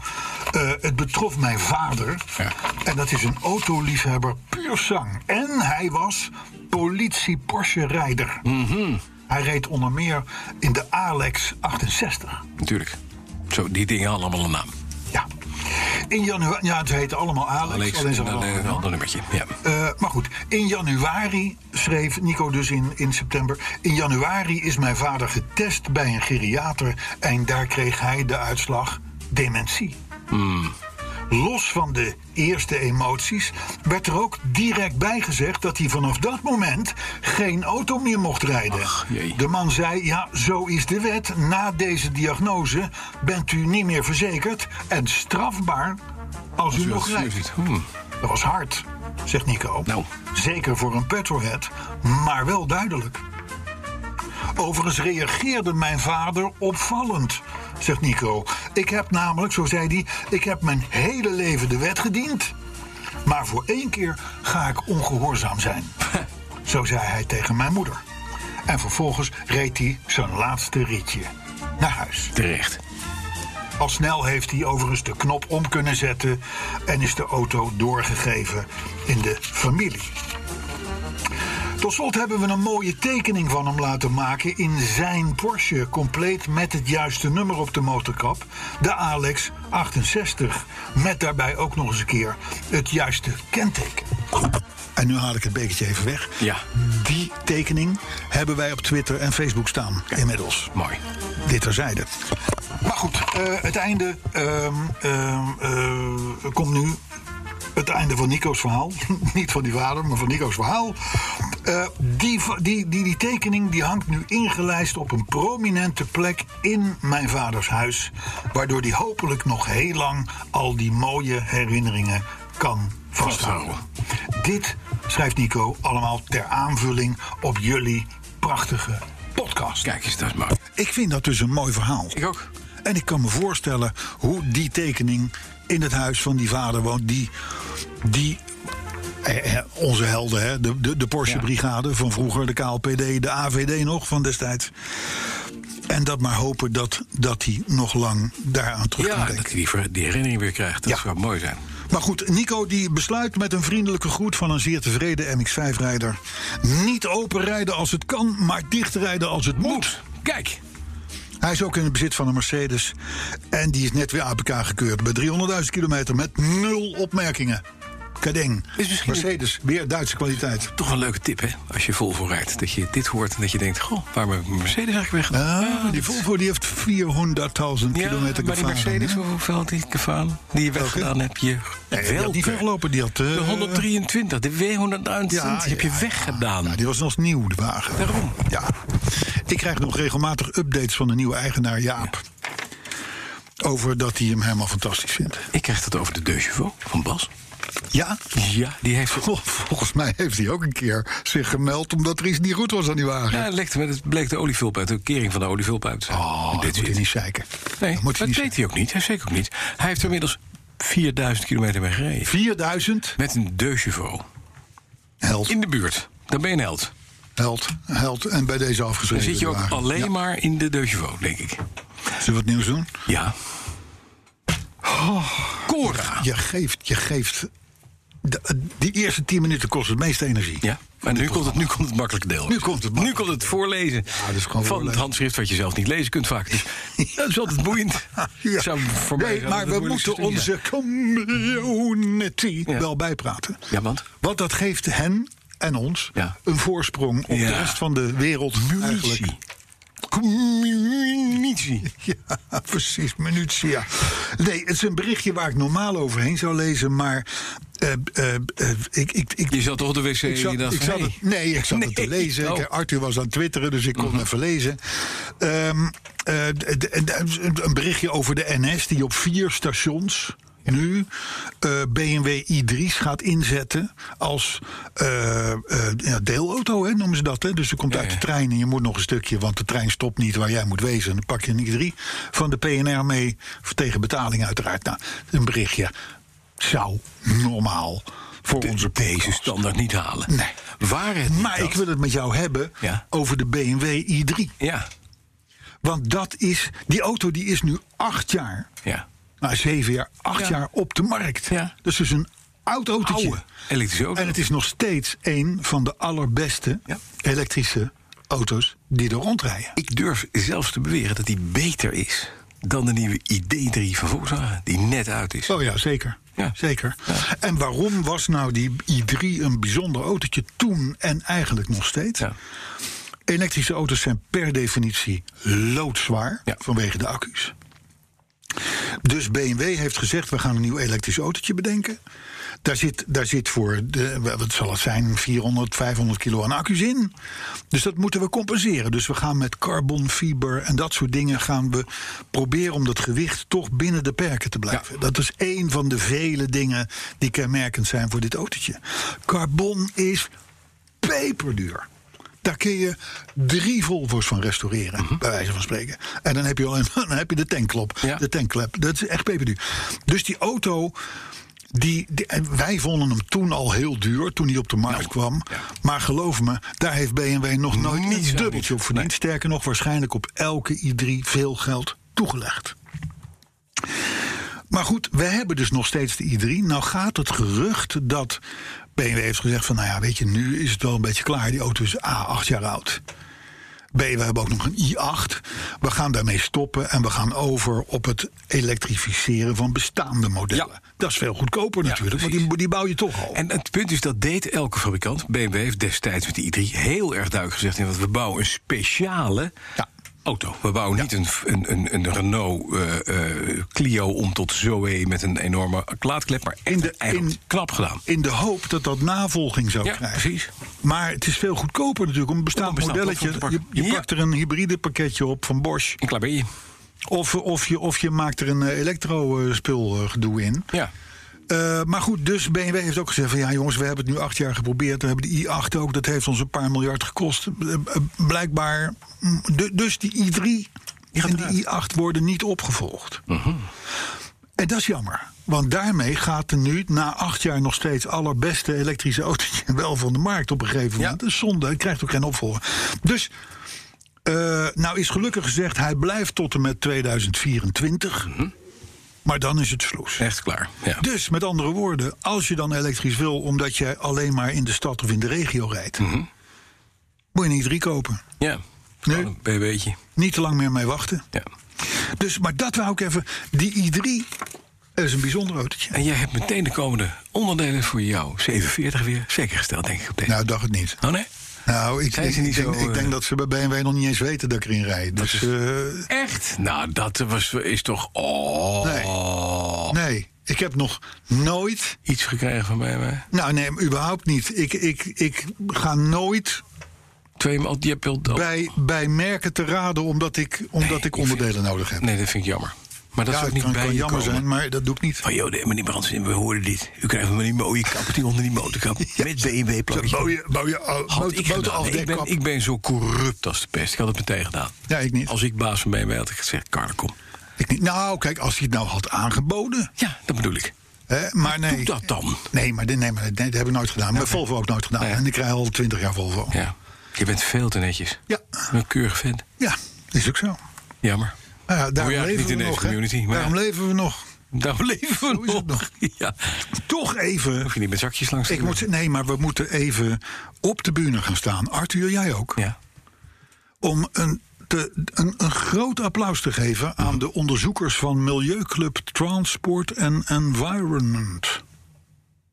B: Eh, het betrof mijn vader.
C: Ja.
B: En dat is een autoliefhebber puur zang. En hij was politie-Porsche-rijder.
C: Mhm.
B: Hij reed onder meer in de Alex 68.
C: Natuurlijk. Zo, die dingen hadden allemaal een naam.
B: Ja. In januari, ja, het heette allemaal Alex.
C: Alex
B: alleen
C: en
B: ze hadden
C: dan eh,
B: allemaal
C: een
B: een
C: ander nummertje. Ja.
B: Eh, maar goed, in januari schreef Nico dus in, in september. In januari is mijn vader getest bij een geriater en daar kreeg hij de uitslag dementie. Hmm. Los van de eerste emoties werd er ook direct bij gezegd dat hij vanaf dat moment geen auto meer mocht rijden.
C: Ach, jee.
B: de man zei: Ja, zo is de wet. Na deze diagnose bent u niet meer verzekerd en strafbaar als, u nog rijdt.
C: Hmm.
B: Dat was hard, zegt Nico.
C: Nou.
B: Zeker voor een petrolhead, maar wel duidelijk. Overigens reageerde mijn vader opvallend, zegt Nico. Ik heb namelijk, zo zei hij, ik heb mijn hele leven de wet gediend. Maar voor één keer ga ik ongehoorzaam zijn. zo zei hij tegen mijn moeder. En vervolgens reed hij zijn laatste ritje naar huis.
C: Terecht.
B: Al snel heeft hij overigens de knop om kunnen zetten en is de auto doorgegeven in de familie. Tot slot hebben we een mooie tekening van hem laten maken in zijn Porsche, compleet met het juiste nummer op de motorkap, de Alex 68, met daarbij ook nog eens een keer het juiste kenteken. En nu haal ik het bekertje even weg.
C: Ja.
B: Die tekening hebben wij op Twitter en Facebook staan inmiddels.
C: Mooi.
B: Dit terzijde. Maar goed, eh, het einde ehm, ehm, eh, komt nu. Het einde van Nico's verhaal. Niet van die vader, maar van Nico's verhaal. Eh, die, va- die, die, die tekening die hangt nu ingelijst op een prominente plek in mijn vaders huis. Waardoor hij hopelijk nog heel lang al die mooie herinneringen kan vasthouden. Dit schrijft Nico allemaal ter aanvulling op jullie prachtige podcast.
C: Kijk eens, dat is mooi.
B: Ik vind dat dus een mooi verhaal.
C: Ik ook.
B: En ik kan me voorstellen hoe die tekening in het huis van die vader woont. Die, die eh, eh, onze helden, hè, de, de, de Porsche
C: Ja.
B: Brigade van vroeger, de KLPD, de AVD nog van destijds. En dat maar hopen dat, dat hij nog lang daaraan terug kan
C: Ja,
B: denken.
C: dat je die, ver- die herinnering weer krijgt. Dat
B: Ja.
C: zou mooi zijn.
B: Maar goed, Nico die besluit met een vriendelijke groet van een zeer tevreden MX-5-rijder. Niet open rijden als het kan, maar dicht rijden als het moet.
C: Kijk.
B: Hij is ook in het bezit van een Mercedes. En die is net weer APK gekeurd bij 300.000 kilometer met nul opmerkingen. Kadeng.
C: Is misschien-
B: Mercedes, weer Duitse kwaliteit.
C: Toch een leuke tip, hè? Als je vol voor rijdt. Dat je dit hoort en dat je denkt... Goh, waar mijn Mercedes eigenlijk weg?
B: Ah, die Volvo die heeft 400.000
C: ja,
B: kilometer
C: maar die
B: gevaren,
C: Mercedes,
B: hè?
C: hoeveel had die gefaald? Die je weggedaan heb je...
B: Nee, die had niet
C: Welke?
B: weggelopen. Die had... eh,
C: De 123, de W123
B: Ja,
C: heb je
B: ja, ja.
C: weggedaan.
B: Nou, die was nog nieuw, de wagen.
C: Daarom.
B: Ja. Ik krijg nog regelmatig updates van de nieuwe eigenaar Jaap. Over dat hij hem helemaal fantastisch vindt.
C: Ik krijg dat over de Deugevo van Bas.
B: Ja?
C: Ja, die heeft...
B: Vol- Oh, Volgens mij heeft hij ook een keer zich gemeld omdat er iets niet goed was aan die wagen.
C: Ja, het, lekte, maar het bleek de olievulp uit, de kering van de olievulp uit. te zijn.
B: Oh,
C: Die
B: dat moet
C: zit.
B: je niet zeiken.
C: Nee,
B: dat
C: dat,
B: moet je niet
C: weet
B: zeiken.
C: hij ook niet. Hij zeker ook niet. Hij heeft er inmiddels 4000 kilometer mee gereden.
B: 4000.
C: Met een Deugevo.
B: Held.
C: In de buurt. Dan ben je een held.
B: Held. Held. En bij deze
C: Dan
B: afgeschreven.
C: zit je
B: de
C: ook
B: wagen.
C: alleen
B: Ja.
C: maar in de Deugevo, denk ik.
B: Zullen we wat nieuws doen?
C: Ja. Cora.
B: Je geeft. Je geeft de- die eerste 10 minuten kost het meeste energie.
C: Ja. En nu komt, het, nu komt het makkelijke deel.
B: Nu komt het
C: nu
B: makkelijke
C: komt het voorlezen
B: dat is gewoon
C: van het
B: voorlezen.
C: handschrift wat je zelf niet lezen kunt vaak. Dus dat is altijd boeiend.
B: Ah, Ja.
C: Zou voor mij
B: nee,
C: zou
B: maar
C: dat
B: we
C: het moeilijkste
B: moeten
C: studie zijn.
B: onze community
C: Ja.
B: wel bijpraten.
C: Ja, want?
B: Want dat geeft hen en ons
C: Ja.
B: een voorsprong op de
C: Ja.
B: rest van de wereld. Eigenlijk.
C: Communitie.
B: Ja, precies, minutia. Nee, het is een berichtje waar ik normaal overheen zou lezen, maar eh, eh, eh, ik, ik, ik,
C: Je zat toch op de wc
B: ik
C: en
B: zat,
C: je dacht,
B: ik zat
C: hey.
B: het, nee, ik zat het te
C: Nee.
B: lezen.
C: Oh. Mhm.
B: Ik- Arthur was aan het twitteren, dus ik kon even lezen. Ehm, eh, d- d- d- een berichtje over de NS die op vier stations nu eh, BMW i3 gaat inzetten als eh, eh, ja, deelauto, hè, noemen ze dat. Hè? Dus je komt uit de
C: ja.
B: trein en je moet nog een stukje, want de trein stopt niet waar jij moet wezen. Dan pak je een i3 van de PNR mee, voor tegen betaling uiteraard. Nou, een berichtje zou normaal voor onze
C: deze
B: podcast.
C: standaard niet halen.
B: Nee.
C: Waar het niet
B: Maar
C: dat-
B: ik wil het met jou hebben
C: Ja.
B: over de BMW i3.
C: Ja,
B: Want dat is, die auto die is nu acht jaar,
C: ja.
B: nou zeven jaar, acht
C: Ja.
B: jaar op de markt.
C: Ja.
B: Dus het is een oud autootje.
C: Oude elektrische auto.
B: En het is nog steeds een van de allerbeste
C: Ja.
B: elektrische auto's die er rondrijden.
C: Ik durf zelfs te beweren dat die beter is dan de nieuwe ID3 van Volkswagen, die net uit is.
B: Oh ja, zeker.
C: Ja.
B: zeker. En waarom was nou die i3 een bijzonder autootje toen en eigenlijk nog steeds?
C: Ja.
B: Elektrische auto's zijn per definitie loodzwaar
C: Ja.
B: vanwege de accu's. Dus BMW heeft gezegd, we gaan een nieuw elektrisch autootje bedenken. Daar zit, daar zit voor, de, wat zal het zijn, 400, 500 kilo aan accu's in. Dus dat moeten we compenseren. Dus we gaan met carbon fiber en dat soort dingen... gaan we proberen om dat gewicht toch binnen de perken te blijven. Dat is één van de vele dingen die kenmerkend zijn voor dit autootje. Carbon is peperduur. Daar kun je drie Volvo's van restaureren, bij wijze van spreken. En dan heb je, al een, dan heb je de tankklop,
C: Ja.
B: de tankklep. Dat is echt peperduur. Dus die auto, die, die- en wij vonden hem toen al heel duur, toen hij op de markt kwam. Maar geloof me, daar heeft BMW nog nooit
C: Niets
B: iets
C: aan
B: dubbeltje op
C: niet.
B: verdiend. Sterker nog, waarschijnlijk op elke i3 veel geld toegelegd. Maar goed, we hebben dus nog steeds de i3. Nou gaat het gerucht dat BMW heeft gezegd van... nou ja, weet je, nu is het wel een beetje klaar. Die auto is A, acht jaar oud. B, we hebben ook nog een i8. We gaan daarmee stoppen en we gaan over op het elektrificeren van bestaande modellen.
C: Ja.
B: Dat is veel goedkoper natuurlijk, want die,
C: precies.
B: die bouw je toch al.
C: En het punt is, dat deed elke fabrikant. BMW heeft destijds met de i3 heel erg duidelijk gezegd... want we bouwen een speciale
B: Ja.
C: auto. We bouwen niet een, een, een, een Renault eh, eh, Clio om tot Zoe met een enorme klaatklep... maar echt
B: In de-
C: een eigen-
B: in-
C: knap gedaan.
B: in de hoop dat dat navolging zou
C: Ja,
B: krijgen.
C: precies.
B: Maar het is veel goedkoper natuurlijk om een bestaand
C: Om een bestaand
B: modelletje.
C: platform te
B: Je,
C: pakken.
B: je
C: Ja.
B: pakt er een hybride pakketje op van Bosch.
C: En klaar ben je.
B: Of, of, je, of je maakt er een eh, elektro-spul gedoe in.
C: Ja.
B: Eh, maar goed, dus BMW heeft ook gezegd van ja jongens, we hebben het nu acht jaar geprobeerd. We hebben de i8 ook, dat heeft ons een paar miljard gekost. Eh, eh, Blijkbaar. mm, du- dus die i3 en die i8 worden niet opgevolgd. En dat is jammer. Want daarmee gaat er nu na acht jaar nog steeds allerbeste elektrische autootje wel van de markt op een gegeven moment.
C: Ja.
B: Dat is zonde, het krijgt ook geen opvolger. Dus, eh, nou is gelukkig gezegd, hij blijft tot en met 2024. Maar dan is het sloes.
C: Echt klaar. Ja.
B: Dus met andere woorden, als je dan elektrisch wil omdat je alleen maar in de stad of in de regio rijdt,
C: Mhm.
B: moet je niet drie kopen.
C: ja.
B: Nee.
C: Gewoon een BB'tje.
B: Niet te lang meer mee wachten.
C: Ja.
B: Dus, maar dat wou ik even. Die i3 is een bijzonder autootje.
C: En jij hebt meteen de komende onderdelen voor jou 47 weer zeker gesteld, denk ik, op deze.
B: Nou, dacht het niet.
C: oh nee?
B: Nou, ik,
C: Zijn
B: denk,
C: ze
B: ik,
C: niet
B: denk,
C: zo,
B: ik denk
C: eh,
B: dat ze bij BMW nog niet eens weten dat ik erin rijd. Dus, eh,
C: Echt? Nou, dat was, is toch... Oh,
B: nee, ik heb nog nooit
C: iets gekregen van BMW.
B: Nou, nee, überhaupt niet. Ik, ik, ik ga nooit
C: Twee maal, je hebt wel... oh,
B: bij, bij merken te raden omdat ik, omdat
C: Nee,
B: ik
C: ik
B: onderdelen nodig heb.
C: Nee, dat vind ik jammer. Maar dat
B: ja,
C: is ook
B: het
C: niet
B: kan,
C: bij
B: kan
C: je
B: jammer
C: komen.
B: zijn, maar dat doe ik niet.
C: Van, joh, nee, meneer Brandsen, we hoorden dit. U krijgt een mooie kapotje onder die motorkap. Met BMW-plakje.
B: Bouw je, bouw je oh,
C: Had
B: boter-
C: ik, gedaan. ik,
B: boterafdekkap.
C: ben, ik ben zo corrupt als de pest. Ik had het meteen gedaan.
B: Ja, ik niet.
C: Als ik baas van BMW had, ik gezegd, Carla, kom.
B: Ik niet. Nou, kijk, als hij het nou had aangeboden.
C: Ja, dat bedoel ik.
B: Hè, maar nee.
C: Doe dat dan.
B: Nee, maar, dit- nee, maar nee, dat heb ik nooit gedaan. Bij Volvo ook nooit gedaan.
C: Nee.
B: En ik rij al twintig jaar Volvo. Ja.
C: Ja, je bent veel te netjes.
B: Ja.
C: Een keurig vent.
B: is ook zo.
C: Jammer.
B: Nou ja, daarom
C: eigenlijk
B: leven we
C: niet in deze
B: nog. hè.
C: community, maar
B: daarom
C: ja.
B: leven we nog.
C: Daar leven
B: Zo is
C: we
B: het
C: nog. Ja.
B: Toch even.
C: Hoef je niet met zakjes langs te
B: Ik
C: doen.
B: moet, nee, maar we moeten even op de bühne gaan staan. Arthur, jij ook.
C: Ja.
B: om een, te- een, een groot applaus te geven aan de onderzoekers van Milieuclub Transport and Environment. Dat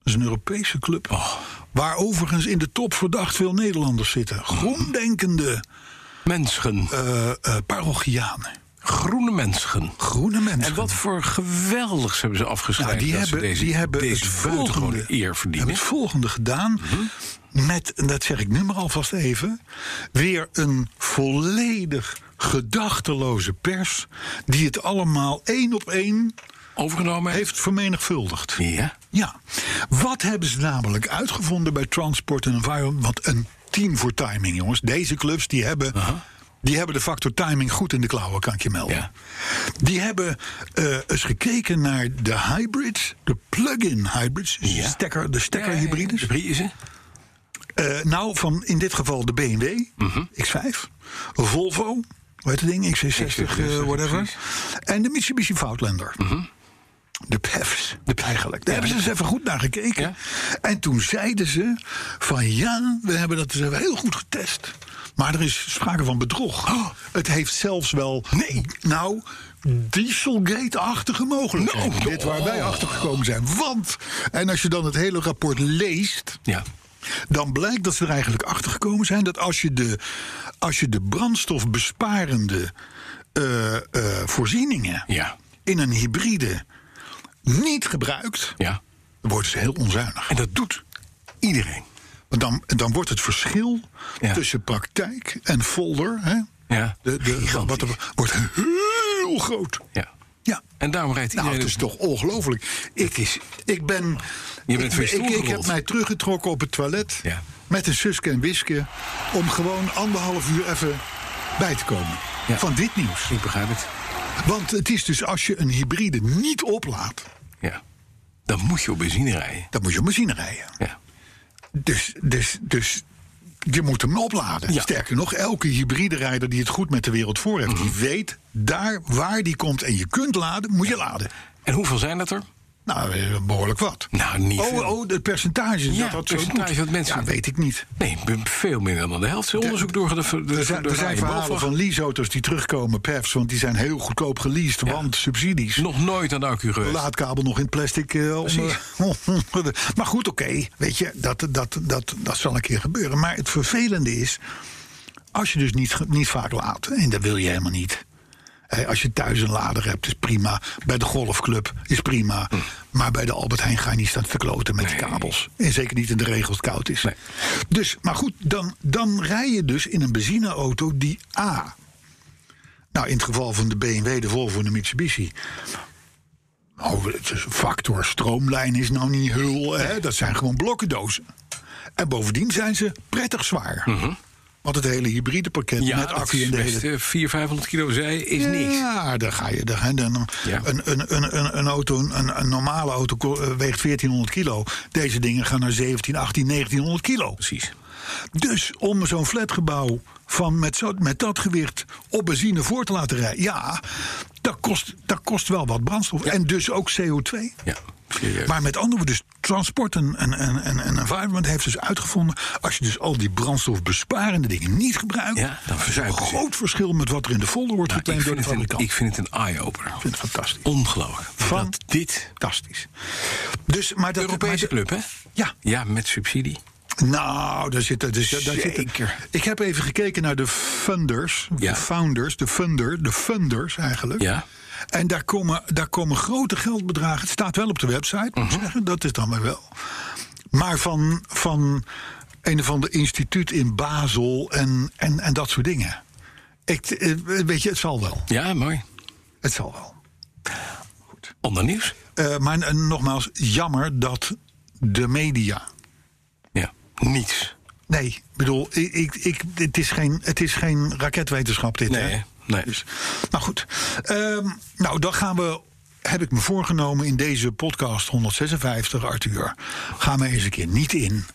B: is een Europese club.
C: Oh.
B: Waar overigens in de top verdacht veel Nederlanders zitten. Groendenkende
C: Mensen.
B: eh, eh, parochianen.
C: groene mensen.
B: Groene mensen.
C: En wat voor geweldigs hebben ze afgeschreven.
B: Nou, die
C: dat
B: hebben,
C: ze deze,
B: die hebben
C: deze
B: het
C: buitengewone
B: volgende,
C: eer verdienen. Mhm.
B: hebben het volgende gedaan. Met, en dat zeg ik nu maar alvast even. Weer een volledig gedachteloze pers. Die het allemaal één op één
C: Overgenomen
B: heeft vermenigvuldigd.
C: Ja.
B: Ja, wat hebben ze namelijk uitgevonden bij Transport and Environment? Wat een team voor timing, jongens. Deze clubs die hebben, die hebben de factor timing goed in de klauwen, kan ik je melden.
C: Ja.
B: Die hebben eh, eens gekeken naar de hybrids, de plug-in hybrids, dus de
C: Ja.
B: stekker, de stekkerhybrides.
C: Hybrides. Hybride.
B: Eh, nou, van in dit geval de BMW X5, Volvo, hoe heet het ding? X60,
C: X60,
B: eh, whatever.
C: precies.
B: En de Mitsubishi Foutlander. De PEFs, Mhm. de eigenlijk. Daar hebben ze eens even goed naar gekeken.
C: Ja.
B: En toen zeiden ze van ja, we hebben dat dus even heel goed getest. Maar er is sprake van bedrog. Het heeft zelfs wel, Oh. nee. nou, Dieselgate-achtige mogelijkheden. Dit waar wij achtergekomen zijn. Want, en als je dan het hele rapport leest
C: Ja.
B: dan blijkt dat ze er eigenlijk achter gekomen zijn dat als je de, als je de brandstofbesparende eh, eh, voorzieningen
C: Ja.
B: in een hybride niet gebruikt,
C: Ja.
B: dan worden ze heel onzuinig.
C: En dat doet iedereen.
B: Want dan, dan wordt het verschil
C: Ja.
B: tussen praktijk en folder, hè,
C: Ja.
B: de, de,
C: Gigantisch.
B: wat er, wordt heel groot.
C: Ja.
B: Ja.
C: En daarom rijdt
B: Nou,
C: iedereen...
B: het is toch ongelooflijk. Ik,
C: is-
B: ik ben.
C: Je bent van je
B: ik,
C: stoel
B: ik, ik heb
C: gerold.
B: mij teruggetrokken op het toilet.
C: Ja.
B: Met een Suske en Wiske. Om gewoon anderhalf uur even bij te komen.
C: Ja.
B: Van dit nieuws.
C: Ik begrijp het.
B: Want het is dus als je een hybride niet oplaadt.
C: Ja. Dan moet je op benzine rijden.
B: dan moet je op machine rijden.
C: Ja.
B: Dus, dus, dus je moet hem opladen.
C: Ja. Mhm.
B: Sterker nog, elke hybride rijder die het goed met de wereld voor heeft. die weet daar waar die komt. en je kunt laden, moet je laden.
C: En hoeveel zijn dat er?
B: Nou, eh, behoorlijk wat.
C: Nou, niet
B: oh,
C: veel.
B: oh, het percentage.
C: Ja,
B: dat dat zo
C: percentage
B: moet.
C: wat mensen-
B: Ja, weet ik niet.
C: Nee, b- veel minder dan de helft. Er is onderzoek doorgedaan.
B: Er zijn, er zijn verhalen van leaseauto's die terugkomen, perfs. Want die zijn heel goedkoop geleased, want subsidies.
C: Nog nooit aan de accu geweest.
B: Laadkabel nog in plastic. eh, onder- onder- maar goed, oké. Weet je, dat, dat, dat, dat zal een keer gebeuren. Maar het vervelende is, als je dus niet, ge- niet vaak laat... en dat wil je helemaal niet... Hè, Als je thuis een lader hebt, is prima. Bij de golfclub is prima. Maar bij de Albert Heijn ga je niet staan te kloten met die kabels. En zeker niet in de regel als het koud is.
C: Nee.
B: Dus, maar goed, dan, dan rij je dus in een benzineauto die A... Nou, in het geval van de BMW, de Volvo en de Mitsubishi... Nou, het is een factor stroomlijn is nou niet heel... Hè? Dat zijn gewoon blokkendozen. En bovendien zijn ze prettig zwaar. Want het hele hybride pakket
C: Mhm. Ja,
B: met
C: dat
B: accu
C: is
B: en de
C: best
B: hele...
C: eh, 400, 500 kilo zij is niks.
B: Ja, daar ga je. Daar ga je dan,
C: Ja.
B: een, een, een, een, een auto, een, een normale auto ko- eh, weegt 1400 kilo. Deze dingen gaan naar 17, 18, 1900 kilo.
C: Precies.
B: Dus om zo'n flatgebouw van met, zo, met dat gewicht op benzine voor te laten rijden... ja, dat kost, dat kost wel wat brandstof. En dus ook CO2.
C: Ja, serieus.
B: Maar met andere woorden, dus transport en, en, en, en en environment heeft dus uitgevonden... als je dus al die brandstofbesparende dingen niet gebruikt...
C: Ja, dan
B: is er een
C: verzuipen ze.
B: groot verschil met wat er in de folder wordt
C: Nou, ik,
B: geclaimd door de
C: vind het een,
B: fabrikant.
C: ik vind het een eye-opener.
B: vind het fantastisch.
C: Ongelooflijk.
B: Van-
C: Dat dit...
B: Fantastisch. Dus, maar dat, maar
C: Europese
B: dat-
C: club, hè?
B: Ja.
C: Ja, met subsidie.
B: Nou, daar zitten... Daar zitten, daar zitten-
C: Zeker.
B: Ik heb even gekeken naar de funders.
C: Ja.
B: De founders, de funder, de funders eigenlijk.
C: Ja.
B: En daar komen, daar komen grote geldbedragen. Het staat wel op de website, moet ik
C: Mhm.
B: zeggen. Dat is dan maar wel. Maar van, van een of ander instituut in Basel en, en, en dat soort dingen. Ik, eh, weet je, het zal wel.
C: Ja, mooi.
B: Het zal wel.
C: Ander nieuws.
B: Eh, maar eh, nogmaals, jammer dat de media...
C: Ja. Niets.
B: Nee, ik bedoel, ik, ik, ik, het, is geen, het is geen raketwetenschap dit.
C: Nee,
B: hè?
C: hè? Nee.
B: Dus, nou goed. Ehm, nou, dan gaan we, heb ik me voorgenomen in deze podcast 156, Arthur. Gaan we eens een keer niet in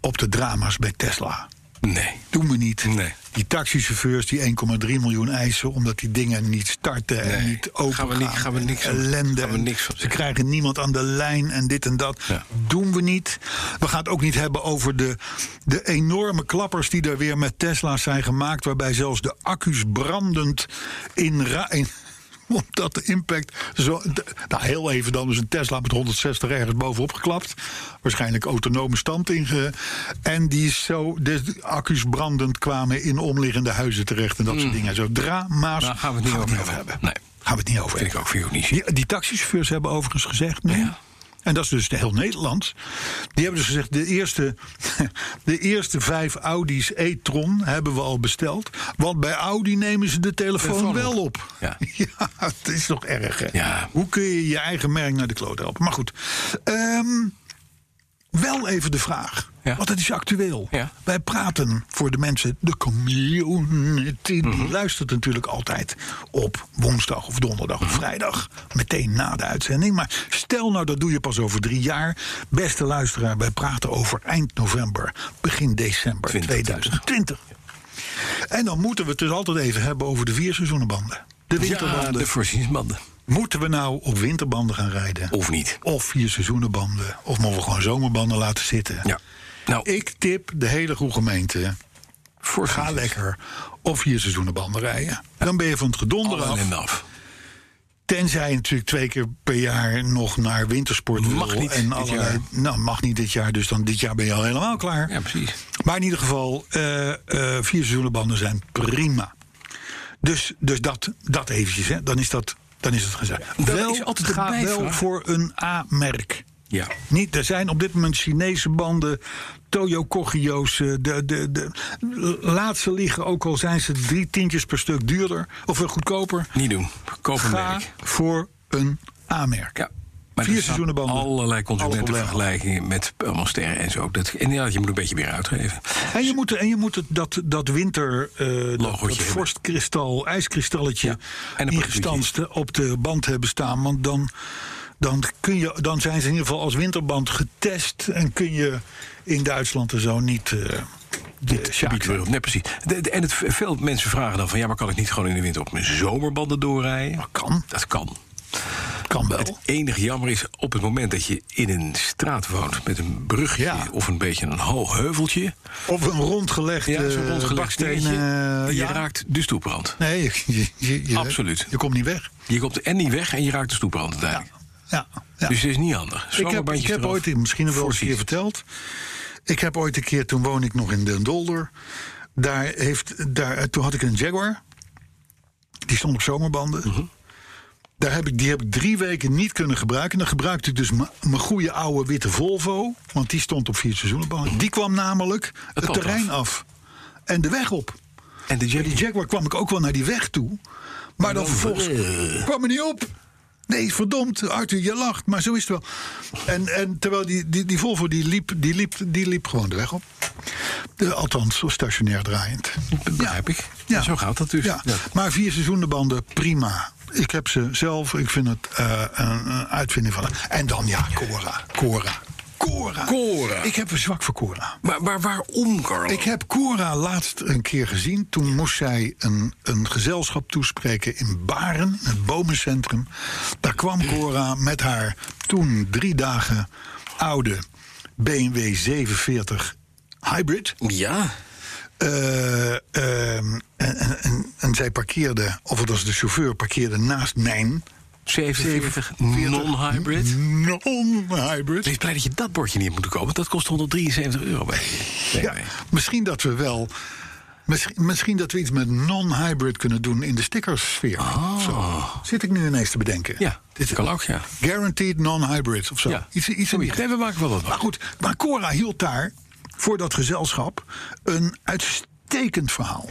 B: op de drama's bij Tesla.
C: Nee.
B: Doen we niet.
C: Nee.
B: Die taxichauffeurs die 1,3 miljoen eisen omdat die dingen niet starten en
C: Nee.
B: niet open
C: Gaan we niet- gaan we niks van-
B: ellende.
C: gaan we
B: en
C: niks van
B: ze
C: zeggen.
B: krijgen niemand aan de lijn en dit en dat.
C: Ja.
B: Doen we niet. We gaan het ook niet hebben over de, de enorme klappers die er weer met Tesla's zijn gemaakt. Waarbij zelfs de accu's brandend in, ra- in Omdat de impact zo. d- Nou, heel even dan is een Tesla met 160 ergens bovenop geklapt. Waarschijnlijk autonome stand inge. En die is zo. De accu's brandend kwamen in omliggende huizen terecht en dat soort dingen. Zo drama's.
C: Mm. Nou, gaan we het niet over hebben. Nee.
B: Gaan we het niet over
C: Vind ik ook veel niet.
B: die, die taxichauffeurs hebben overigens gezegd nu.
C: Ja.
B: En dat is dus heel Nederland. Die hebben dus gezegd: de eerste, de eerste vijf Audi's e-tron hebben we al besteld. Want bij Audi nemen ze de telefoon
C: Telefoon op.
B: wel op.
C: Ja.
B: het is toch erg, hè?
C: Ja.
B: Hoe kun je je eigen merk naar de kloot helpen? Maar goed, ehm, wel even de vraag.
C: Ja.
B: Want het is actueel.
C: Ja.
B: Wij praten voor de mensen, de community, die
C: Mhm.
B: luistert natuurlijk altijd op woensdag of donderdag
C: Mhm.
B: of vrijdag. Meteen na de uitzending. Maar stel nou, dat doe je pas over drie jaar. Beste luisteraar, wij praten over eind november, begin december
C: 2020.
B: 2020. En dan moeten we het dus altijd even hebben over de vierseizoenenbanden. De
C: Ja,
B: winterbanden.
C: de voorzieningsbanden.
B: Moeten we nou op winterbanden gaan rijden?
C: Of niet.
B: Of vier seizoenenbanden? Of moeten we gewoon zomerbanden laten zitten?
C: Ja. Nou,
B: Ik tip de hele goede gemeente.
C: voor
B: Ga lekker op vier seizoenenbanden rijden. Dan ben je van het gedonder
C: Alle
B: af.
C: ellende af.
B: Tenzij je natuurlijk twee keer per jaar nog naar wintersport wil.
C: Mag niet
B: en
C: dit
B: allerlei-
C: jaar.
B: Nou, mag niet dit jaar. Dus dan dit jaar ben je al helemaal klaar.
C: Ja, precies.
B: Maar in ieder geval, eh eh vier seizoenenbanden zijn prima. Dus, dus dat, dat eventjes, hè. dan is dat, dan is het gezegd.
C: dat
B: wel,
C: is altijd de
B: ga wel
C: bijvraag.
B: voor een A-merk.
C: Ja.
B: Niet, er zijn op dit moment Chinese banden, Toyo Kogio's. eh, De, de, de, laat ze liggen, ook al zijn ze drie tientjes per stuk duurder of eh, goedkoper.
C: Niet doen. Koop een
B: Ga
C: merk.
B: voor een A-merk.
C: Ja.
B: Vier
C: er staan
B: seizoenenbanden.
C: Allerlei
B: problemen.
C: consumentenvergelijkingen met allemaal sterren en zo. Dat, en ja, je moet een beetje meer uitgeven.
B: En je moet, en je moet het, dat, dat winter, eh, dat,
C: Logootje
B: dat
C: hebben.
B: vorstkristal, ijskristalletje
C: Ja, en een parapluutje.
B: ingestanst op de band hebben staan. Want dan, dan, kun je, dan zijn ze in ieder geval als winterband getest. En kun je in Duitsland en zo niet... eh dit
C: Gebied wereld. Nee, precies. De- de- en het, veel mensen vragen dan van... ja, maar kan ik niet gewoon in de winter op mijn zomerbanden doorrijden? Dat
B: kan.
C: Dat kan.
B: kan wel.
C: Het enige jammer is op het moment dat je in een straat woont... met een brugje
B: Ja.
C: of een beetje een hoog heuveltje...
B: Of een rondgelegd,
C: Ja,
B: eh,
C: zo'n rondgelegd
B: baksteen,
C: dingetje.
B: eh,
C: je
B: ja.
C: raakt de stoeprand.
B: Nee, je, je- je-
C: Absoluut.
B: Je komt niet weg.
C: Je komt en niet weg en je raakt de stoeprand uiteindelijk.
B: Ja, ja.
C: Dus het is niet handig.
B: ik heb, ik
C: Zomerbandjes
B: heb
C: eraf.
B: ooit, misschien wel eens een
C: Voorziet.
B: keer verteld. Ik heb ooit een keer, toen woon ik nog in Den Dolder. Daar heeft, daar, eh, toen had ik een Jaguar. Die stond op zomerbanden.
C: Mhm.
B: Daar heb ik, die heb ik drie weken niet kunnen gebruiken. Dan gebruikte ik dus m- mijn goede oude witte Volvo. Want die stond op vier seizoenenbanden. Die kwam namelijk het,
C: pad
B: terrein af. En de weg op.
C: En de
B: Bij die
C: Jaguar.
B: Jaguar kwam ik ook wel naar die weg toe. Maar dan vervolgens
C: Eh.
B: kwam er niet op. Nee, verdomd, Arthur, je lacht, maar zo is het wel. En, en terwijl die, die, die Volvo die liep, die, liep, die liep gewoon de weg op. De, althans, zo stationair draaiend.
C: Dat begrijp ik. Ja, zo gaat dat dus.
B: Ja.
C: Ja.
B: Maar vier seizoenenbanden, prima. Ik heb ze zelf, ik vind het eh, een, een uitvinding van... En dan ja, Cora, Cora, Cora.
C: Cora.
B: Ik heb een zwak voor Cora.
C: Maar, maar waarom, Carlo?
B: Ik heb Cora laatst een keer gezien. Toen moest zij een, een gezelschap toespreken in Baren, het bomencentrum. Daar kwam Cora met haar toen drie dagen oude BMW 47 Hybrid.
C: Ja.
B: Eh, ehm, en, en, en, en zij parkeerde, of het was de chauffeur, parkeerde naast mijn
C: 47 non-hybrid.
B: Mm-hmm. non-hybrid.
C: Ik ben blij dat je dat bordje niet hebt moeten kopen. want Dat kost 173 euro bij je.
B: Ja,
C: Nee, nee.
B: misschien dat we wel. Misschien, misschien dat we iets met non-hybrid kunnen doen in de stickersfeer. Zo. Zit ik nu ineens te bedenken.
C: Ah. Ja,
B: Dit
C: dit kan ook, ja.
B: Guaranteed non-hybrid of zo.
C: Ja.
B: Iets, iets in die
C: Zoiets. Nee, we maken wel wat
B: Maar
C: van.
B: goed, maar Cora hield daar voor dat gezelschap een uitstekend verhaal.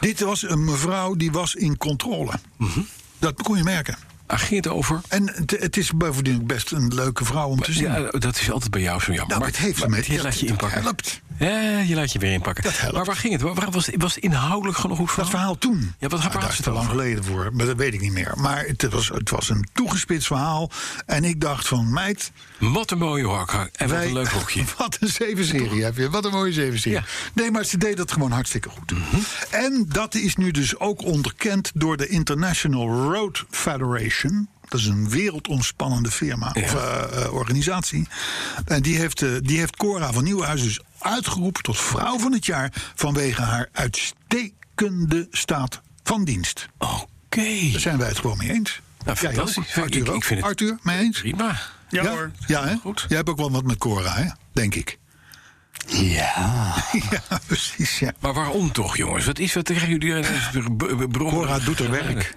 B: Dit was een mevrouw die was in controle.
C: Mhm.
B: Dat kon je merken.
C: Ageert over.
B: En het, het is bovendien best een leuke vrouw om te zien.
C: Ja, dat is altijd bij jou zo jammer.
B: Nou,
C: maar
B: dat heeft
C: maar
B: me-
C: Je
B: dat-
C: laat je
B: dat
C: inpakken.
B: helpt.
C: Ja, je laat je weer inpakken.
B: Dat helpt.
C: Maar waar ging het? Waar, waar was, het- was het inhoudelijk gewoon een goed
B: Dat
C: verhaal?
B: verhaal toen.
C: Ja, wat
B: Nou,
C: waar
B: daar
C: had
B: is het
C: ze het
B: al lang
C: over?
B: geleden voor, maar dat weet ik niet meer. Maar het was, het was een toegespitst verhaal. En ik dacht van, meid,
C: Wat een mooie hok. En wat
B: wij-
C: een leuk hokje.
B: wat een zevenserie heb je. Wat een mooie zevenserie.
C: Ja. Mhm.
B: Nee, maar ze deed dat gewoon hartstikke goed. En dat is nu dus ook onderkend door de International Road Federation. Dat is een wereldomspannende firma of eh, eh, organisatie. En die heeft, eh, die heeft Cora van Nieuwenhuis dus uitgeroepen tot vrouw van het jaar... vanwege haar uitstekende staat van dienst.
C: Oh,
B: Daar zijn wij het gewoon mee eens.
C: Nou,
B: Jij ook?
C: fantastisch.
B: Arthur
C: Ik- ik
B: ook?
C: vind het-
B: Arthur, mee eens?
C: Prima.
E: Ja, hoor.
B: Ja, hè?
C: Goed.
B: Jij hebt ook wel wat met Cora, hè? Denk ik.
E: Ja.
B: Ja, precies, ja.
C: Maar waarom toch, jongens? Wat is wat tegen jullie? ineens weer b- b- brommen?
B: Cora doet haar werk.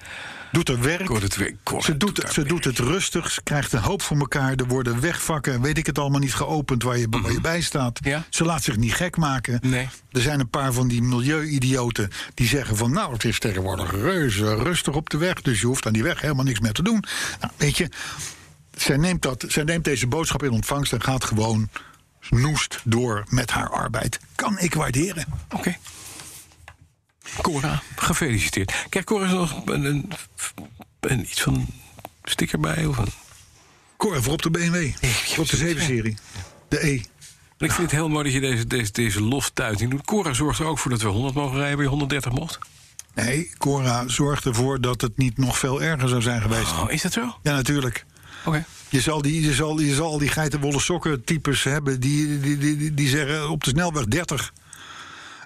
B: Doet haar werk.
C: Cora doet werk. Cora
B: ze doet,
C: doet haar
B: ze doet het rustig. Ze krijgt een hoop voor elkaar. Er worden wegvakken, weet ik het allemaal niet, geopend waar je, waar je bij staat.
C: Mhm. Ja.
B: Ze laat zich niet gek maken.
C: Nee.
B: Er zijn een paar van die milieu-idioten die zeggen van... nou, het is tegenwoordig reuze rustig op de weg... dus je hoeft aan die weg helemaal niks meer te doen. Nou, weet je, zij neemt, dat, zij neemt deze boodschap in ontvangst... en gaat gewoon noest door met haar arbeid. Kan ik waarderen.
C: Oké. Cora, gefeliciteerd. Krijgt Cora nog een, een, een iets van een sticker bij? Of een...
B: Cor, even op de BMW. Op de 7-serie. De E.
C: Ik vind het heel mooi dat je deze, deze, deze loftuiting doet. Cora zorgt er ook voor dat we 100 mogen rijden bij 130 mocht.
B: Nee, Cora zorgt ervoor dat het niet nog veel erger zou zijn geweest.
C: Oh, is dat zo? Oké.
B: Ja, natuurlijk. Je zal, die, je, zal, je zal al die geitenwolle sokken types hebben die, die, die, die, die zeggen op de snelweg 30.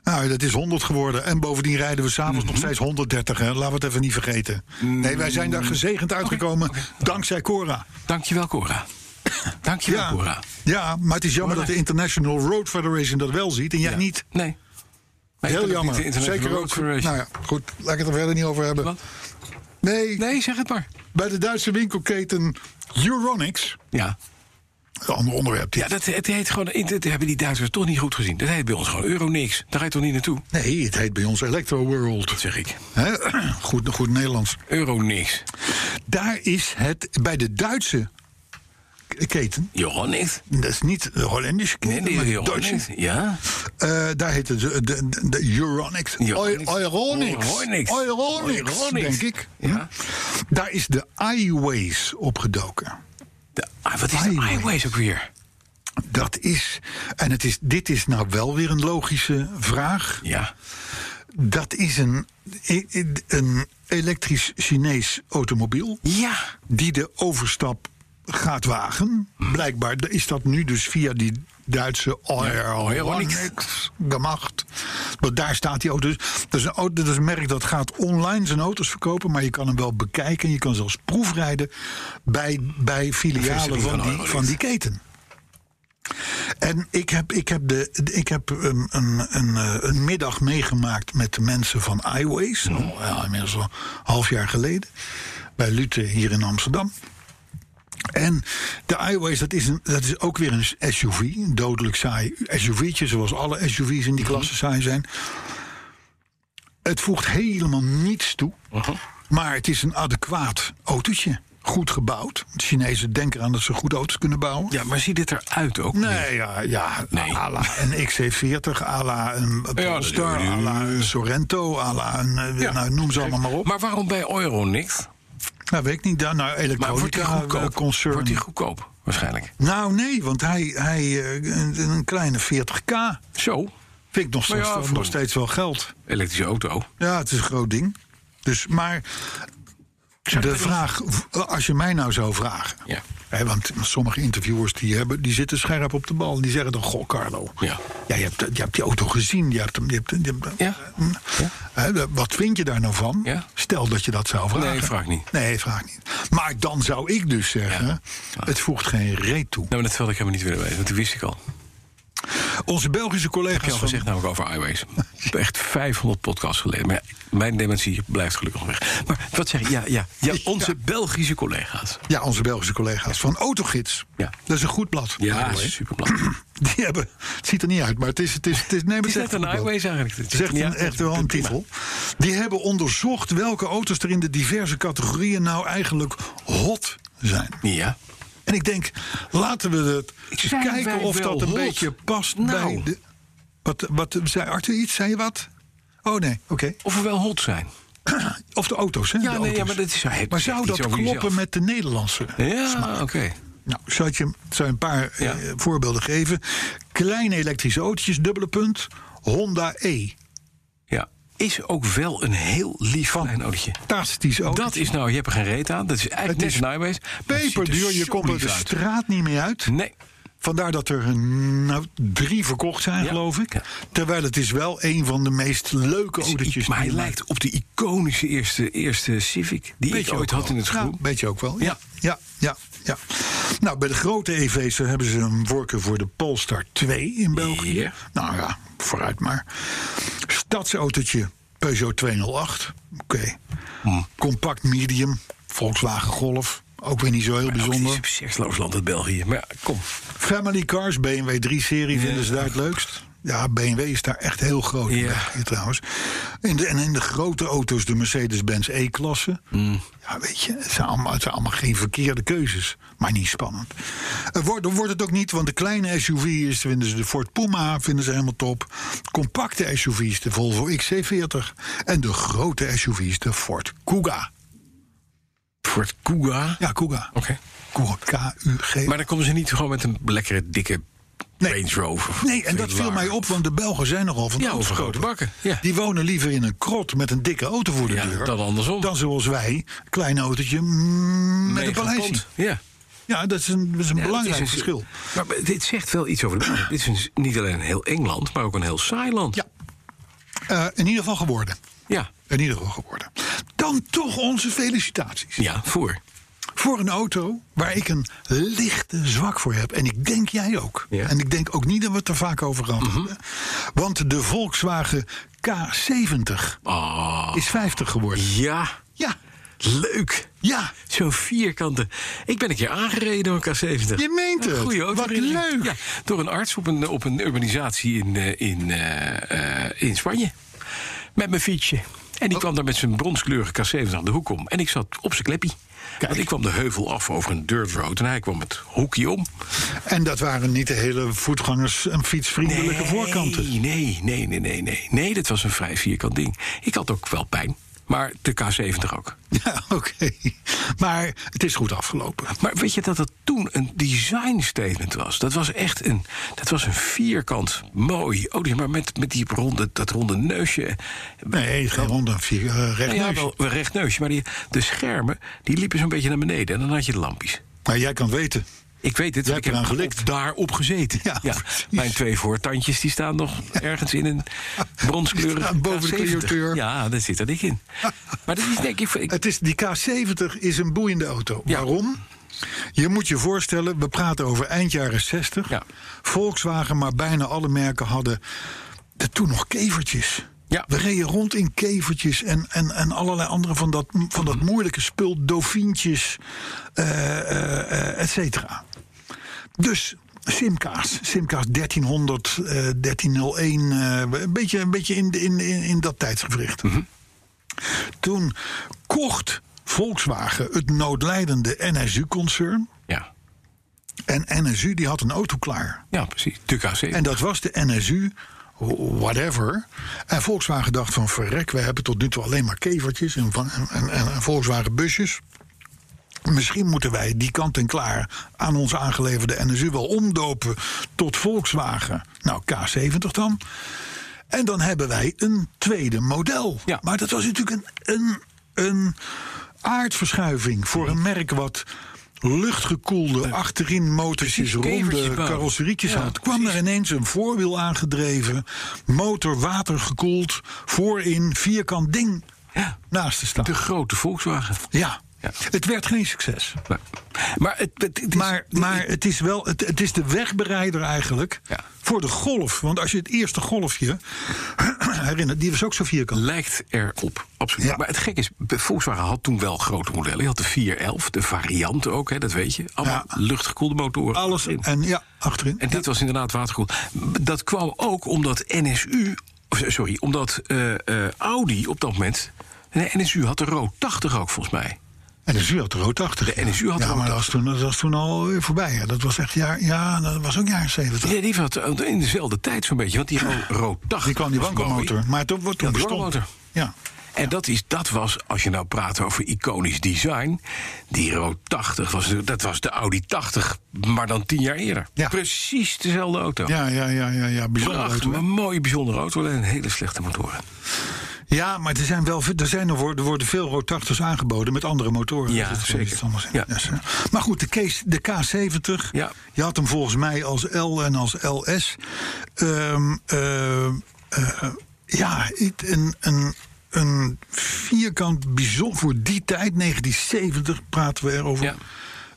B: Nou, dat is 100 geworden. En bovendien rijden we s'avonds nog steeds 130. Hè? Laten we het even niet vergeten. Nee, wij zijn daar gezegend uitgekomen dankzij Cora.
C: Dankjewel, Cora. Dankjewel, Cora.
B: ja, maar het is jammer
C: Cora.
B: dat de International Road Federation dat wel ziet en jij niet.
C: Nee. Maar ik
B: Heel
C: ben ook niet de
B: jammer.
C: International
B: Zeker
C: Road
B: ook. Nou
C: Federation.
B: ja, goed. Laat ik het er verder niet over hebben.
C: Wat?
B: Nee,
C: Nee, zeg het maar.
B: bij de Duitse winkelketen Euronics.
C: Ja.
B: Een ander onderwerp. dit.
C: Ja, dat, het heet gewoon. Dat hebben die Duitsers toch niet goed gezien. Dat heet bij ons gewoon euro niks. Daar ga je toch niet naartoe?
B: Nee, het heet bij ons Electro World.
C: Dat zeg ik.
B: Hè? Goed, goed Nederlands.
C: Euro niks.
B: Daar is het bij de Duitse k- keten.
C: Johan niks.
B: Dat is niet de Hollandische
C: Nee,
B: keten,
C: die
B: maar de
C: Johan
B: Duitse.
C: niks. Ja.
B: Eh, daar heet het de, de, de- de Euronics.
C: Euronics.
B: Eu- Euronics.
C: Euronics.
B: Euronics,
C: Euronics.
B: denk ik.
C: Ja.
B: Hm? Daar is de iWays opgedoken.
C: De, ah, wat is de
B: Highways.
C: highways ook weer?
B: Dat is, en het is, dit is nou wel weer een logische vraag.
C: Ja.
B: Dat is een, een elektrisch Chinees automobiel.
C: Ja.
B: die de overstap gaat wagen. Blijkbaar is dat nu dus via die Duitse Euronics gemacht. Want daar staat die auto. Dus dat is, een, auto- dat is een merk dat gaat online zijn auto's verkopen... maar je kan hem wel bekijken en je kan zelfs proefrijden... bij, bij filialen
C: Vestiging
B: van
C: van
B: die,
C: Euronics.
B: van die keten. En ik heb, ik heb, de, ik heb um, een, een, eh, een middag meegemaakt met de mensen van iWays. Oh, ja, inmiddels al een half jaar geleden. Bij Lute hier in Amsterdam. En de iWays, dat is, een, dat is ook weer een SUV. Een dodelijk saai SUV'tje, zoals alle SUV's in die klasse saai zijn. Het voegt helemaal niets toe. Maar het is een adequaat autootje. Goed gebouwd. De Chinezen denken aan dat ze goed auto's kunnen bouwen.
C: Ja, maar ziet dit eruit ook?
B: Nee, ja, ja
C: Nee.
B: à la een XC40, à la een Polestar,
C: natuurlijk.
B: à la een Sorento, à la een... eh,
C: Ja.
B: Nou, noem ze allemaal maar op.
C: Maar waarom bij euro niks?
B: nou, weet ik niet. daar- Nou,
C: Maar wordt die
B: elektronica eh,
C: goedkoop?
B: concern.
C: Wordt die goedkoop? Waarschijnlijk.
B: nou, nee, want hij... hij eh, een, een kleine 40k
C: Zo.
B: vind ik nog
C: Maar ja,
B: steeds,
C: voor-
B: nog steeds wel geld.
C: Elektrische auto.
B: Ja, het is een groot ding. Dus, maar de vraag, als je mij nou zou vragen...
C: Ja.
B: Hè, want sommige interviewers die, hebben, die zitten scherp op de bal. en Die zeggen dan, goh Carlo,
C: Ja.
B: Ja, je, hebt, je hebt die auto gezien. Je hebt, hem- je hebt, je hebt-
C: Ja.
B: Hè, wat vind je daar nou van?
C: Ja.
B: Stel dat je dat zou vragen.
C: Nee, vraag niet.
B: Nee, vraag niet. Maar dan zou ik dus zeggen,
C: Ja.
B: het voegt geen reet toe.
C: Nou, maar dat wilde ik helemaal niet willen weten, want die wist ik al.
B: Onze Belgische
C: Heb je
B: collega's
C: al
B: van
C: gezegd namelijk over iWays. Echt 500 podcasts geleden. Maar ja, mijn dementie blijft gelukkig nog weg. Maar wat zeg je? Ja, ja, ja onze Belgische collega's.
B: Ja, onze Belgische collega's van Autogids.
C: Ja.
B: Dat is een goed blad. by the
C: Ja,
B: way.
C: superblad.
B: Die hebben, het ziet er niet uit, maar het is, het is, het is, nee, maar
C: Is
B: het
C: dat
B: echt een
C: een
B: goed blad.
C: iWays eigenlijk? Het
B: Het is echt, een, echt wel een titel. Die hebben onderzocht welke auto's er in de diverse categorieën nou eigenlijk hot zijn.
C: Ja.
B: En ik denk, laten we het eens
C: Zijn
B: kijken
C: wij
B: of
C: wel
B: dat een
C: hot?
B: beetje past
C: Nou.
B: bij de... Wat, wat zei Arthur iets? Zei je wat? Oh nee, oké.
C: Of we wel hot zijn.
B: Of de auto's, hè? de
C: Ja, nee,
B: auto's.
C: ja maar dat is... het
B: Maar
C: zegt
B: zou
C: iets
B: dat
C: over
B: kloppen
C: jezelf.
B: met de Nederlandse?
C: Ja, oké.
B: Nou, zou ik je zou je een paar eh,
C: Ja.
B: voorbeelden geven. Kleine elektrische autootjes, dubbele punt. Honda E.
C: Ja. Is ook wel een heel lief klein autootje.
B: Fantastisch auto.
C: Dat is nou, je hebt er geen reet aan. Dat is
B: Het
C: eigenlijk
B: is
C: net een iWays. maar het ziet er
B: peperduur. Je
C: zo
B: komt er
C: lief
B: de
C: uit. Hm.
B: straat niet meer uit.
C: Nee.
B: Vandaar dat er nou, drie verkocht zijn,
C: Ja.
B: geloof ik.
C: Ja.
B: Terwijl het is wel een van de meest leuke odertjes.
C: maar hij lijkt op de iconische eerste, eerste Civic die ik ooit had in het
B: school.
C: groen.
B: weet je ook wel. Ja.
C: Ja.
B: ja, ja, ja, Nou, bij de grote EV's hebben ze een voorkeur voor de Polestar 2 in België.
C: Ja.
B: Nou ja, vooruit maar. Stadsautootje Peugeot 208. Oké.
C: Hm.
B: Compact medium. Volkswagen Golf. Ook weer niet zo heel
C: Bijzonder.
B: bijzonder.
C: Het is een seksloos land, het België. Maar ja, kom.
B: Family cars, BMW 3-serie vinden ze daar het leukst. Ja, BMW is daar echt heel groot in
C: Ja.
B: België trouwens. In de, en in de grote auto's, de Mercedes-Benz E-klasse.
C: Mm.
B: Ja, weet je, het zijn, allemaal, het zijn allemaal geen verkeerde keuzes. Maar niet spannend. Er wordt, dan wordt het ook niet, want de kleine SUV's vinden ze de Ford Puma vinden ze helemaal top. Compacte SUV's, de Volvo XC40. En de grote SUV's, de Ford Kuga.
C: Ford Kuga.
B: Ja, Kuga.
C: Oké.
B: Kuga, K-U-G.
C: Maar dan komen ze niet gewoon met een lekkere, dikke
B: Nee.
C: Range Rover.
B: Nee, en dat viel mij op, want de Belgen zijn nogal van de
C: Ja, over
B: auto's
C: grote
B: groot.
C: bakken, ja.
B: Die wonen liever in een krot met een dikke auto voor de
C: Ja,
B: deur.
C: dan andersom.
B: Dan zoals wij, klein autootje mm, met een paleisje.
C: Ja.
B: Ja, dat is een, dat is een
C: Ja,
B: belangrijk
C: dat is een-
B: verschil.
C: Maar dit zegt wel iets over de Belgen. Dit is een- niet alleen een heel Engeland, maar ook een heel saai land.
B: Ja. Eh, in ieder geval geworden.
C: Ja,
B: In ieder geval geworden. Dan toch onze felicitaties.
C: ja voor.
B: Voor een auto waar ik een lichte zwak voor heb. En ik denk jij ook.
C: Ja. Mhm.
B: En ik denk ook niet dat we het er vaak over gehad hebben. Want de Volkswagen K70
C: Oh,
B: is 50 geworden.
C: ja.
B: Ja,
C: Leuk.
B: ja.
C: Zo'n vierkante. Ik ben een keer aangereden door een K70.
B: Je meent het.
C: Goeie auto.
B: Wat leuk.
C: Ja, door een arts op een, op een urbanisatie in, eh, in, eh, eh, in Spanje. Met mijn fietsje. En
B: Oh.
C: die kwam daar met zijn bronskleurige K70 aan de hoek om. En ik zat op zijn kleppie. Want ik kwam de heuvel af over een dirt road. En hij kwam het hoekje om.
B: En dat waren niet de hele voetgangers- en fietsvriendelijke voorkanten.
C: Nee, nee, nee, nee, nee. Nee, dat was een vrij vierkant ding. Ik had ook wel pijn. Maar de K70 ook.
B: Ja, oké. Maar het is goed afgelopen.
C: Maar weet je dat dat toen een design statement was? Dat was echt een, dat was een vierkant mooi. Oh, die- maar met, met die ronde, dat ronde neusje.
B: Nee, geen ronde vier, eh, recht
C: Nou ja,
B: neus.
C: wel een recht neusje. Maar die, de schermen die liepen zo'n beetje naar beneden. En dan had je de lampjes.
B: Maar jij kan weten.
C: Ik weet het,
B: Jij
C: want ik
B: hebt
C: heb
B: eraan gelikt.
C: op- daarop gezeten.
B: Ja, precies.
C: Mijn twee voortandjes die staan nog ergens in een
B: Die
C: bronskleurig
B: staan boven de
C: K70.
B: clearoteur.
C: Ja, daar zit er dik in. Maar dat is denk ik... ik
B: Het is, die K70 is een boeiende auto.
C: Ja.
B: Waarom? Je moet je voorstellen, we praten over eind jaren 60.
C: Ja.
B: Volkswagen, maar bijna alle merken hadden de- toen nog kevertjes.
C: Ja.
B: We reden rond in kevertjes en, en, en allerlei andere van dat, van dat moeilijke spul. Dofientjes, eh eh, eh, et cetera. Dus Simka's. Simka's 1300, eh, 1301. eh, een, beetje, een beetje in, de- in, in, in dat tijdsgevricht. Toen kocht Volkswagen het noodlijdende NSU-concern.
C: ja.
B: En NSU die had een auto klaar.
C: ja, precies. De K70.
B: En dat was de NSU, whatever. En Volkswagen dacht van verrek, we hebben tot nu toe alleen maar kevertjes en, van- en, en, en Volkswagen busjes. Misschien moeten wij die kant en klaar aan ons aangeleverde NSU wel omdopen tot Volkswagen. Nou, K70 dan. En dan hebben wij een tweede model.
C: Ja.
B: Maar dat was natuurlijk een, een, een aardverschuiving voor een merk wat luchtgekoelde achterin motortjes,
C: precies, kevertjes
B: ronde
C: bouwen.
B: carrosserietjes
C: Ja,
B: had. Kwam er ineens een voorwiel aangedreven, motor watergekoeld, voorin vierkant ding
C: Ja.
B: naast te staan.
C: De grote Volkswagen.
B: Ja.
C: Ja.
B: het werd geen succes.
C: Maar, Nou, maar het, het, het is-
B: Maar, maar het is wel, het, het is de wegbereider eigenlijk
C: Ja.
B: voor de golf. Want als je het eerste golfje herinnert, die was ook zo vierkant.
C: lijkt erop, absoluut.
B: Ja.
C: Maar het gek is, Volkswagen had toen wel grote modellen. Je had de 411, de variant ook, hè, dat weet je. Allemaal
B: Ja.
C: luchtgekoelde motoren.
B: Alles
C: in.
B: en ja, achterin.
C: En dit was inderdaad waterkoeld. Dat kwam ook omdat NSU, of, sorry, omdat eh, eh, Audi op dat moment. Nee, NSU had de rood 80 ook volgens mij.
B: En de NSU had er ook 80.
C: De NSU had
B: ja,
C: er ook
B: maar dat was, toen, dat was toen al weer voorbij. hè. Dat was echt jaar, ja, dat was ook jaren 70.
C: Ja, die had in dezelfde tijd zo'n beetje, want die ro- rood 80.
B: Die kwam die
C: was mooi.
B: wankelmotor. Maar toen, toen
C: Ja, de
B: bestond.
C: wankelmotor.
B: Ja.
C: En dat, is, dat was, als je nou praat over iconisch design... die Rood 80, was, de- dat was de Audi 80, maar dan tien jaar eerder.
B: Ja.
C: Precies dezelfde auto.
B: Ja, ja, ja, ja, ja. Bijzonder
C: Prachtig,
B: auto, hè.
C: maar een mooie, bijzondere auto. Alleen hele slechte motoren.
B: Ja, maar er zijn wel ve- er, zijn, er worden, er worden veel Rood80's aangeboden met andere motoren.
C: Ja,
B: Dat is
C: zeker.
B: iets anders.
C: Ja.
B: Ja, zo. maar goed, de, Kees, de K70.
C: Ja.
B: Je had hem volgens mij als L en als LS. Ehm, ehm, eh, ja, het- een, een, een vierkant bijzonder voor die tijd, 1970 praten we erover.
C: Ja.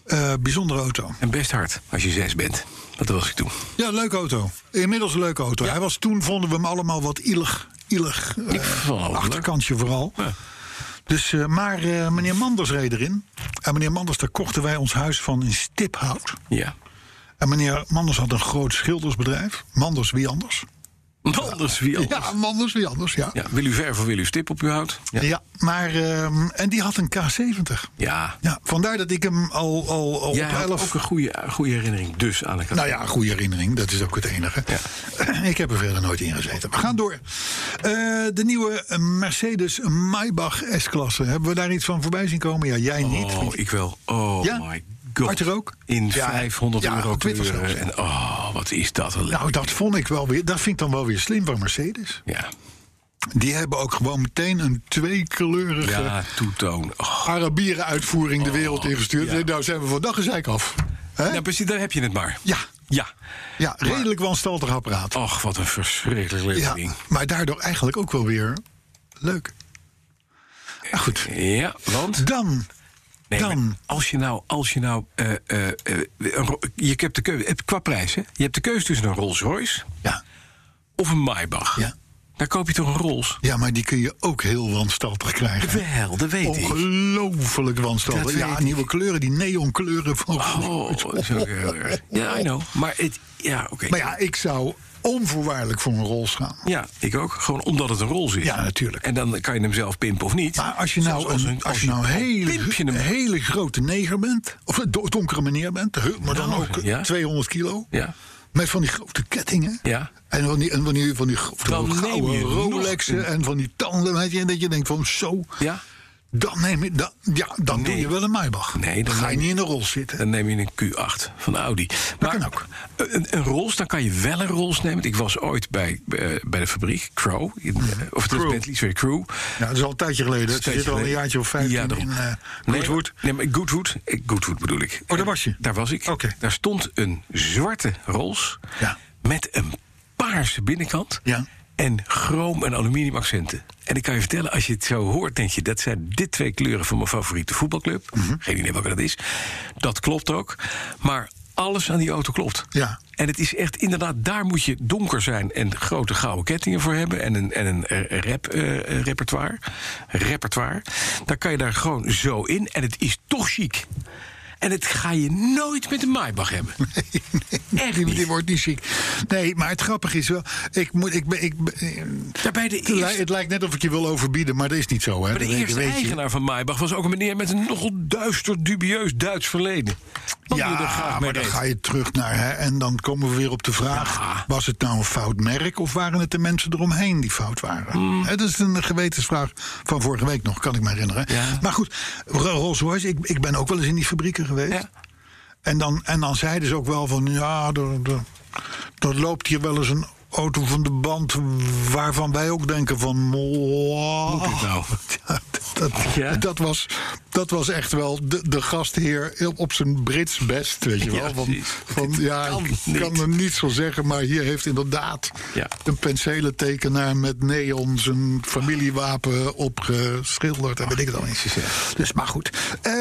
B: Eh, bijzondere auto.
C: En best hard als je zes bent. Dat was ik toen.
B: Ja, leuke auto. Inmiddels een leuke auto. Hij was, toen vonden we hem allemaal wat ilig. ilig eh,
C: Ik vond het wel
B: achterkantje vooral.
C: Ja.
B: Dus, eh, maar eh, meneer Manders reed erin. En meneer Manders, daar kochten wij ons huis van in stiphout.
C: Ja.
B: En meneer Manders had een groot schildersbedrijf. Manders wie anders?
C: Anders wie anders.
B: Ja, Manders wie anders, ja. Ja,
C: Ja, wil u verf of wil u stip op uw hout? Ja.
B: maar, ehm, en die had een K70.
C: ja.
B: Ja, vandaar dat ik hem al, al, al
C: Jij
B: op
C: had
B: 11...
C: ook een goede, goede herinnering dus aan elkaar.
B: Nou ja, goede herinnering, dat is ook het enige. Ik heb er verder nooit in gezeten. We gaan door. Eh, de nieuwe Mercedes Maybach S-klasse. Hebben we daar iets van voorbij zien komen? Ja, jij niet.
C: oh, ik wel. Oh
B: Ja?
C: my god.
B: Arthur ook?
C: In
B: Ja,
C: 500
B: ja,
C: euro
B: op Twitter
C: kleuren.
B: zelfs.
C: En oh, wat is dat een leuk.
B: Nou, dat vond ik wel weer. Dat vind ik dan wel weer slim van Mercedes.
C: Ja.
B: Die hebben ook gewoon meteen een tweekleurige
C: Ja, toetoon. Oh.
B: Arabieren uitvoering de wereld ingestuurd.
C: ja.
B: Nou zijn we vandaag een zeik af. Hè?
C: Nou, precies, daar heb je het maar.
B: Ja.
C: Ja.
B: Ja, redelijk wanstaltig apparaat.
C: Och, wat een verschrikkelijk leuk
B: Ja,
C: Oh, ding.
B: maar daardoor eigenlijk ook wel weer leuk. Nou goed,
C: Ja, want...
B: dan.
C: Nee, maar
B: Dan.
C: Als je nou, als je nou, eh, eh, eh, een ro- je hebt de keuze, qua prijs, hè? Je hebt de keuze tussen een Rolls Royce
B: Ja.
C: of een Maybach.
B: Ja.
C: Daar koop je toch een Rolls?
B: ja, maar die kun je ook heel wanstaltig krijgen.
C: Wel, dat weet ik.
B: Ongelooflijk
C: Dat
B: wanstaltig.
C: weet
B: Ja,
C: ik.
B: nieuwe kleuren, die neonkleuren van.
C: Oh, dat is ook heel erg. Ja, I know. Maar het, ja, oké.
B: Maar ja, ik zou onvoorwaardelijk voor een Rolls gaan.
C: Ja, ik ook. Gewoon omdat het een Rolls is.
B: Ja, natuurlijk.
C: En dan kan je hem zelf pimpen of niet.
B: Maar als je nou
C: Zelfs
B: een, als je nou
C: een
B: hele,
C: pimpje
B: een
C: hem-
B: hele grote neger bent, of een do- donkere meneer bent, he- maar dan
C: Nou,
B: ook eh,
C: ja.
B: 200 kilo,
C: Ja.
B: met van die grote kettingen.
C: Ja.
B: En van die, en van die, van die gro-
C: Dan neem
B: gouden
C: je
B: Rolexen
C: nog
B: en van die tanden, weet je, en dat je denkt van zo,
C: Ja.
B: dan, neem je, dan, ja, dan doe
C: Nee.
B: je wel een Maybach.
C: Nee, dan
B: ga je
C: neem-
B: niet in de rol zitten.
C: Dan eh, neem je een Q8 van Audi. Maar Eh,
B: kan ook.
C: Een, een Rolls, dan kan je wel een Rolls nemen. Ik was ooit bij, eh, bij de fabriek, Crow. in, eh, of het is
B: Crow.
C: Bentley, sorry, Crew.
B: Ja, Nou, dat is al een tijdje geleden.
C: Dat
B: Dat
C: is
B: zit al een
C: geleden.
B: jaartje of 15
C: Ja, daarom.
B: in eh
C: Nee,
B: Goodwood.
C: maar- Nee, maar Goodwood. eh, Goodwood bedoel ik.
B: Oh, daar was je?
C: Daar was ik.
B: Oké.
C: Daar stond een zwarte Rolls
B: Ja.
C: met een paarse binnenkant
B: Ja.
C: en chroom en aluminium accenten. En ik kan je vertellen, als je het zo hoort, denk je... dat zijn dit twee kleuren van mijn favoriete voetbalclub.
B: Mhm.
C: Geen idee welke dat is. Dat klopt ook. Maar alles aan die auto klopt.
B: Ja.
C: En het is echt inderdaad, daar moet je donker zijn en grote gouden kettingen voor hebben en een, en een eh, rap, eh, repertoire. repertoire. Dan kan je daar gewoon zo in en het is toch chic. En het ga je nooit met een Maybach hebben. Echt
B: Die,
C: niet.
B: die wordt niet ziek. Nee, maar het grappige is wel. Ik moet, ik, ben- ik,
C: Daarbij de
B: Het lij-
C: eerste,
B: Het lijkt net of ik je wil overbieden, maar dat is niet zo. Hè?
C: maar de
B: Dat weet-
C: eerste
B: weet je.
C: eigenaar van Maybach was ook een meneer met een nogal duister, dubieus Duits verleden. Wat
B: Ja,
C: je er graag mee
B: maar dan
C: deed.
B: ga je terug naar... Hè, en dan komen we weer op de vraag...
C: Ja.
B: was het nou een fout merk of waren het de mensen eromheen die fout waren?
C: Mm.
B: Hè, dat is een gewetensvraag van vorige week nog, kan ik me herinneren.
C: Ja.
B: Maar goed, Rolls Royce, ik, ik ben ook wel eens in die fabrieken geweest.
C: Ja.
B: En, dan, en dan zeiden ze ook wel van... ja, er, er, er loopt hier wel eens een auto van de band... waarvan wij ook denken van... Moet
C: dit nou?
B: Ja, dat,
C: Ja.
B: dat, was, dat was echt wel de, de gastheer op zijn Brits best, weet je wel.
C: Ja,
B: van,
C: precies.
B: van, ja,
C: kan
B: ik
C: niet.
B: kan er niets van zeggen, maar hier heeft inderdaad
C: Ja.
B: een penselentekenaar met neon zijn familiewapen opgeschilderd. En weet ik het al niet. Dus maar goed. Ehm,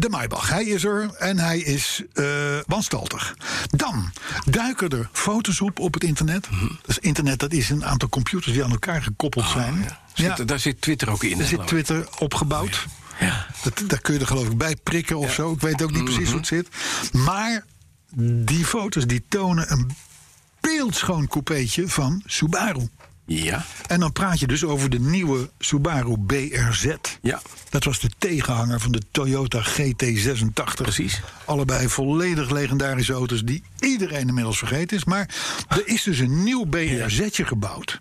B: de Maybach, hij is er en hij is eh, wanstaltig. Dan duiken er foto's op op het internet.
C: Mhm.
B: Dus internet, dat is een aantal computers die aan elkaar
C: Ah,
B: gekoppeld zijn.
C: Zit-
B: Ja.
C: Daar zit Twitter ook in.
B: Er
C: hè,
B: zit
C: geloof ik.
B: Twitter opgebouwd.
C: Ja.
B: Dat, daar kun je er geloof ik bij prikken of zo. Ik weet ook niet precies hoe het zit. Maar die foto's die tonen een beeldschoon coupeetje van Subaru.
C: ja.
B: En dan praat je dus over de nieuwe Subaru BRZ.
C: Ja.
B: Dat was de tegenhanger van de Toyota GT86.
C: Precies.
B: Allebei volledig legendarische auto's die iedereen inmiddels vergeten is. Maar er is dus een nieuw BRZ'tje gebouwd.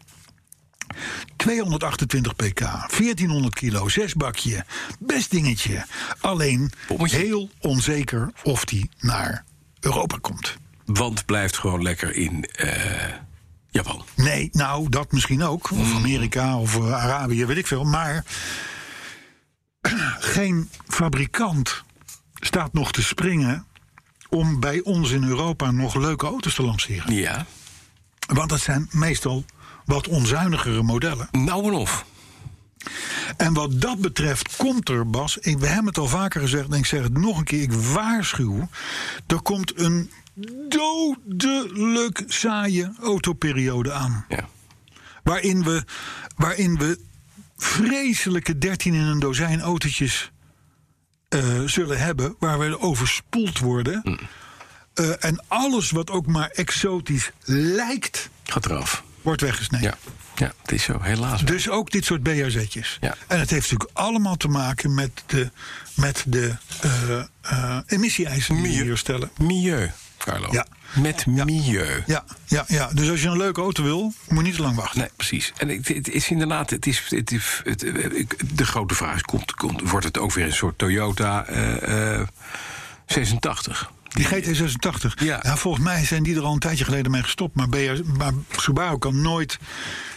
B: 228 pk, 1400 kilo, zesbakje. Best dingetje. Alleen
C: Pommetje.
B: heel onzeker of die naar Europa komt.
C: Want blijft gewoon lekker in eh, Japan.
B: Nee, nou, dat misschien ook. Of Amerika of eh, Arabië, weet ik veel. Maar geen fabrikant staat nog te springen om bij ons in Europa nog leuke auto's te lanceren.
C: Ja.
B: Want dat zijn meestal wat onzuinigere modellen.
C: Nou en of.
B: En wat dat betreft komt er, Bas, ik, we hebben het al vaker gezegd... en ik zeg het nog een keer, ik waarschuw... er komt een dodelijk saaie autoperiode aan.
C: Ja.
B: waarin we, waarin we vreselijke 13 in een dozijn autootjes eh, zullen hebben, waar we overspoeld worden.
C: Mm.
B: Eh, en alles wat ook maar exotisch lijkt,
C: Gaat eraf.
B: wordt weggesneden.
C: Ja. Ja, het is zo. Helaas.
B: Dus ook dit soort BHZ'tjes.
C: Ja.
B: En het heeft natuurlijk allemaal te maken met de, met de eh, eh, emissie-eisen die we
C: Milieu.
B: hier stellen.
C: Milieu, Carlo.
B: Ja.
C: Met milieu.
B: Ja, ja, ja, dus als je een leuke auto wil, moet je niet te lang wachten.
C: Nee, precies. En het, het is inderdaad, het is, het, is- het- ik- de grote vraag is, komt, komt, wordt het ook weer een soort Toyota eh, eh, 86?
B: Die GT86.
C: Ja.
B: volgens mij zijn die er al een tijdje geleden mee gestopt. Maar, BR, maar Subaru kan nooit.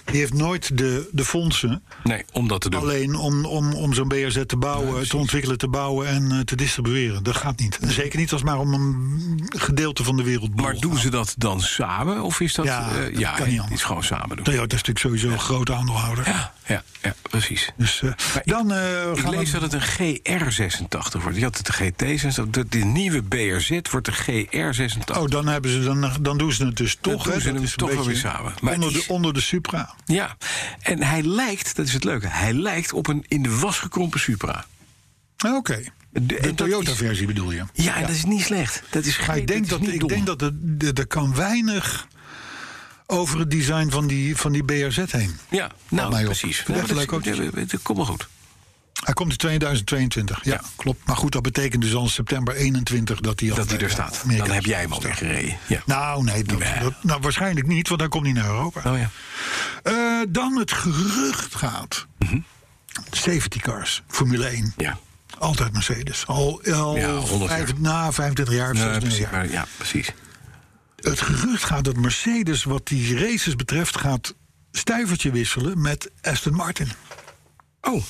B: Die heeft nooit de, de fondsen.
C: Nee, om dat te doen.
B: Alleen om, om, om zo'n BRZ te bouwen, te ontwikkelen, te bouwen en eh, te distribueren. Dat gaat niet. Zeker niet als het maar om een gedeelte van de wereld.
C: Maar doen ze dat dan samen? Of is dat...
B: Ja,
C: eh,
B: dat
C: ja
B: kan niet
C: het
B: anders.
C: is gewoon samen doen.
B: Toyota is natuurlijk sowieso een groot aandeelhouder.
C: Ja, ja, ja precies.
B: Dus eh,
C: Maar ik-
B: dan eh,
C: Ik
B: gaan
C: lees
B: we.
C: dat het een GR86 wordt. Je had het de GT86. De, de nieuwe BRZ wordt de GR86.
B: Oh, dan, hebben ze, dan, dan doen ze het dus toch.
C: doen
B: hè.
C: ze
B: Dat
C: hem
B: is een
C: toch wel
B: beetje
C: weer samen. Maar
B: onder,
C: die
B: de,
C: is-
B: onder de Supra.
C: Ja, en hij lijkt, dat is het leuke... hij lijkt op een in de was gekrompen Supra.
B: Ah, Oké.
C: en dat
B: De
C: is-
B: Toyota-versie bedoel je?
C: Ja, en dat is niet slecht. Dat is
B: Maar
C: geen,
B: ik denk dat,
C: is niet
B: ik
C: dom.
B: denk dat er, er- er kan weinig over het design van die, van die BRZ heen.
C: Ja,
B: mij
C: nou,
B: op.
C: precies.
B: Vind ik echt
C: Nou,
B: leuk
C: dat,
B: autootje.
C: dat- dat komt wel goed.
B: Hij komt in 2022. Ja,
C: Ja.
B: klopt. Maar goed, dat betekent dus al september 21 dat hij al
C: Dat hij
B: bij,
C: er
B: eh,
C: staat.
B: Amerika
C: Dan heb jij hem
B: staat.
C: alweer gereden. Ja.
B: Nou, nee, dat,
C: Ja.
B: dat- nou, waarschijnlijk niet, want hij komt niet naar Europa.
C: Oh ja.
B: Eh, dan het gerucht gaat. Safety cars, Formule 1.
C: Mhm. Ja,
B: Altijd Mercedes. Al, al
C: Ja, 100 jaar.
B: vijf- na 35 jaar, of
C: Nee,
B: 36
C: precies,
B: jaar.
C: maar, ja, precies.
B: Het gerucht gaat dat Mercedes, wat die races betreft, gaat stuivertje wisselen met Aston Martin.
C: Oh,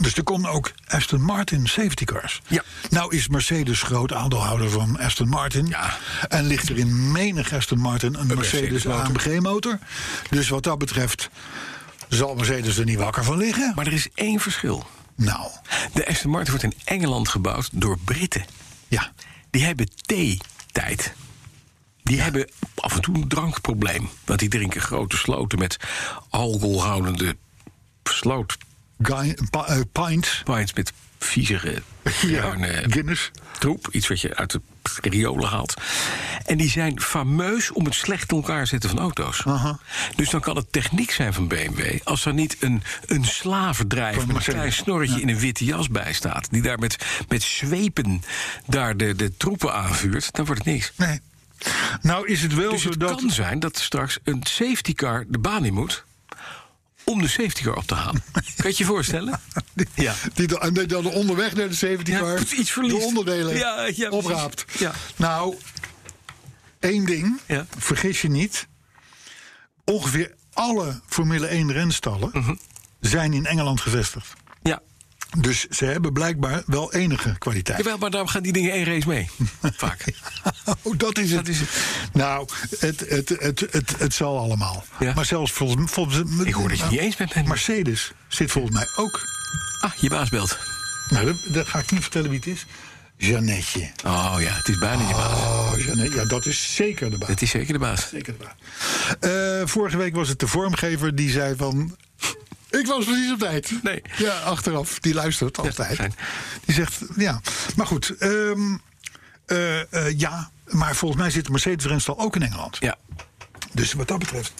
B: Dus er komen ook Aston Martin safety cars.
C: Ja.
B: Nou is Mercedes groot aandeelhouder van Aston Martin.
C: Ja.
B: En ligt er in menig Aston Martin een, Mercedes,
C: Mercedes-motor.
B: AMG-motor. Dus wat dat betreft zal Mercedes er niet wakker van liggen.
C: maar er is één verschil.
B: nou,
C: De Aston Martin wordt in Engeland gebouwd door Britten.
B: ja.
C: Die hebben thee-tijd. Die hebben af en toe een drankprobleem. Want die drinken grote sloten met alcoholhoudende sloot.
B: Guy, pa- eh, pint.
C: pints Met viezige, bruine
B: Guinness.
C: troep. Iets wat je uit de riolen haalt. En die zijn fameus om het slecht in elkaar zetten van auto's. Dus dan kan het techniek zijn van BMW... als er niet een, een slavendrijver
B: Van
C: met een
B: Mercedes.
C: klein snorretje in een witte jas bij staat... die daar met, met zwepen daar de, de troepen aanvuurt, dan wordt het niks.
B: Nee. Nou is het wel
C: Dus
B: zo
C: het
B: dat...
C: kan zijn dat straks een safety car de baan in moet... om de safety car op te halen. kan je het je voorstellen? Ja.
B: Die dan, en die dan onderweg naar de 70
C: Ja,
B: car
C: iets verliest.
B: de onderdelen
C: Ja, ja, precies.
B: opraapt.
C: Ja.
B: Nou, één ding,
C: Ja.
B: vergis je niet. Ongeveer alle Formule 1 renstallen
C: Mhm.
B: zijn in Engeland gevestigd.
C: Ja.
B: Dus ze hebben blijkbaar wel enige kwaliteit.
C: Jawel, maar daarom gaan die dingen één race mee. Vaak.
B: Oh, dat is het.
C: Dat is het.
B: Nou, het, het, het, het, het zal allemaal.
C: Ja.
B: Maar zelfs volgens, volgens
C: Ik hoor dat je het niet eens bent met me.
B: Mercedes zit volgens mij ook.
C: Ah, je baas belt.
B: Nou, dat, dat ga ik niet vertellen wie het is. Jeannetje.
C: Oh ja, het is bijna je baas.
B: Oh, ja, nee, ja, dat is zeker de baas.
C: Het is zeker de baas.
B: Zeker de baas. Eh, vorige week was het de vormgever die zei van... Ik was precies op tijd.
C: Nee.
B: Ja, achteraf. Die luistert altijd.
C: fijn.
B: die zegt, ja. Maar goed, ehm, eh, eh, ja. Maar volgens mij zit de Mercedes-Renstal ook in Engeland.
C: Ja. Mhm.
B: Dus wat dat betreft...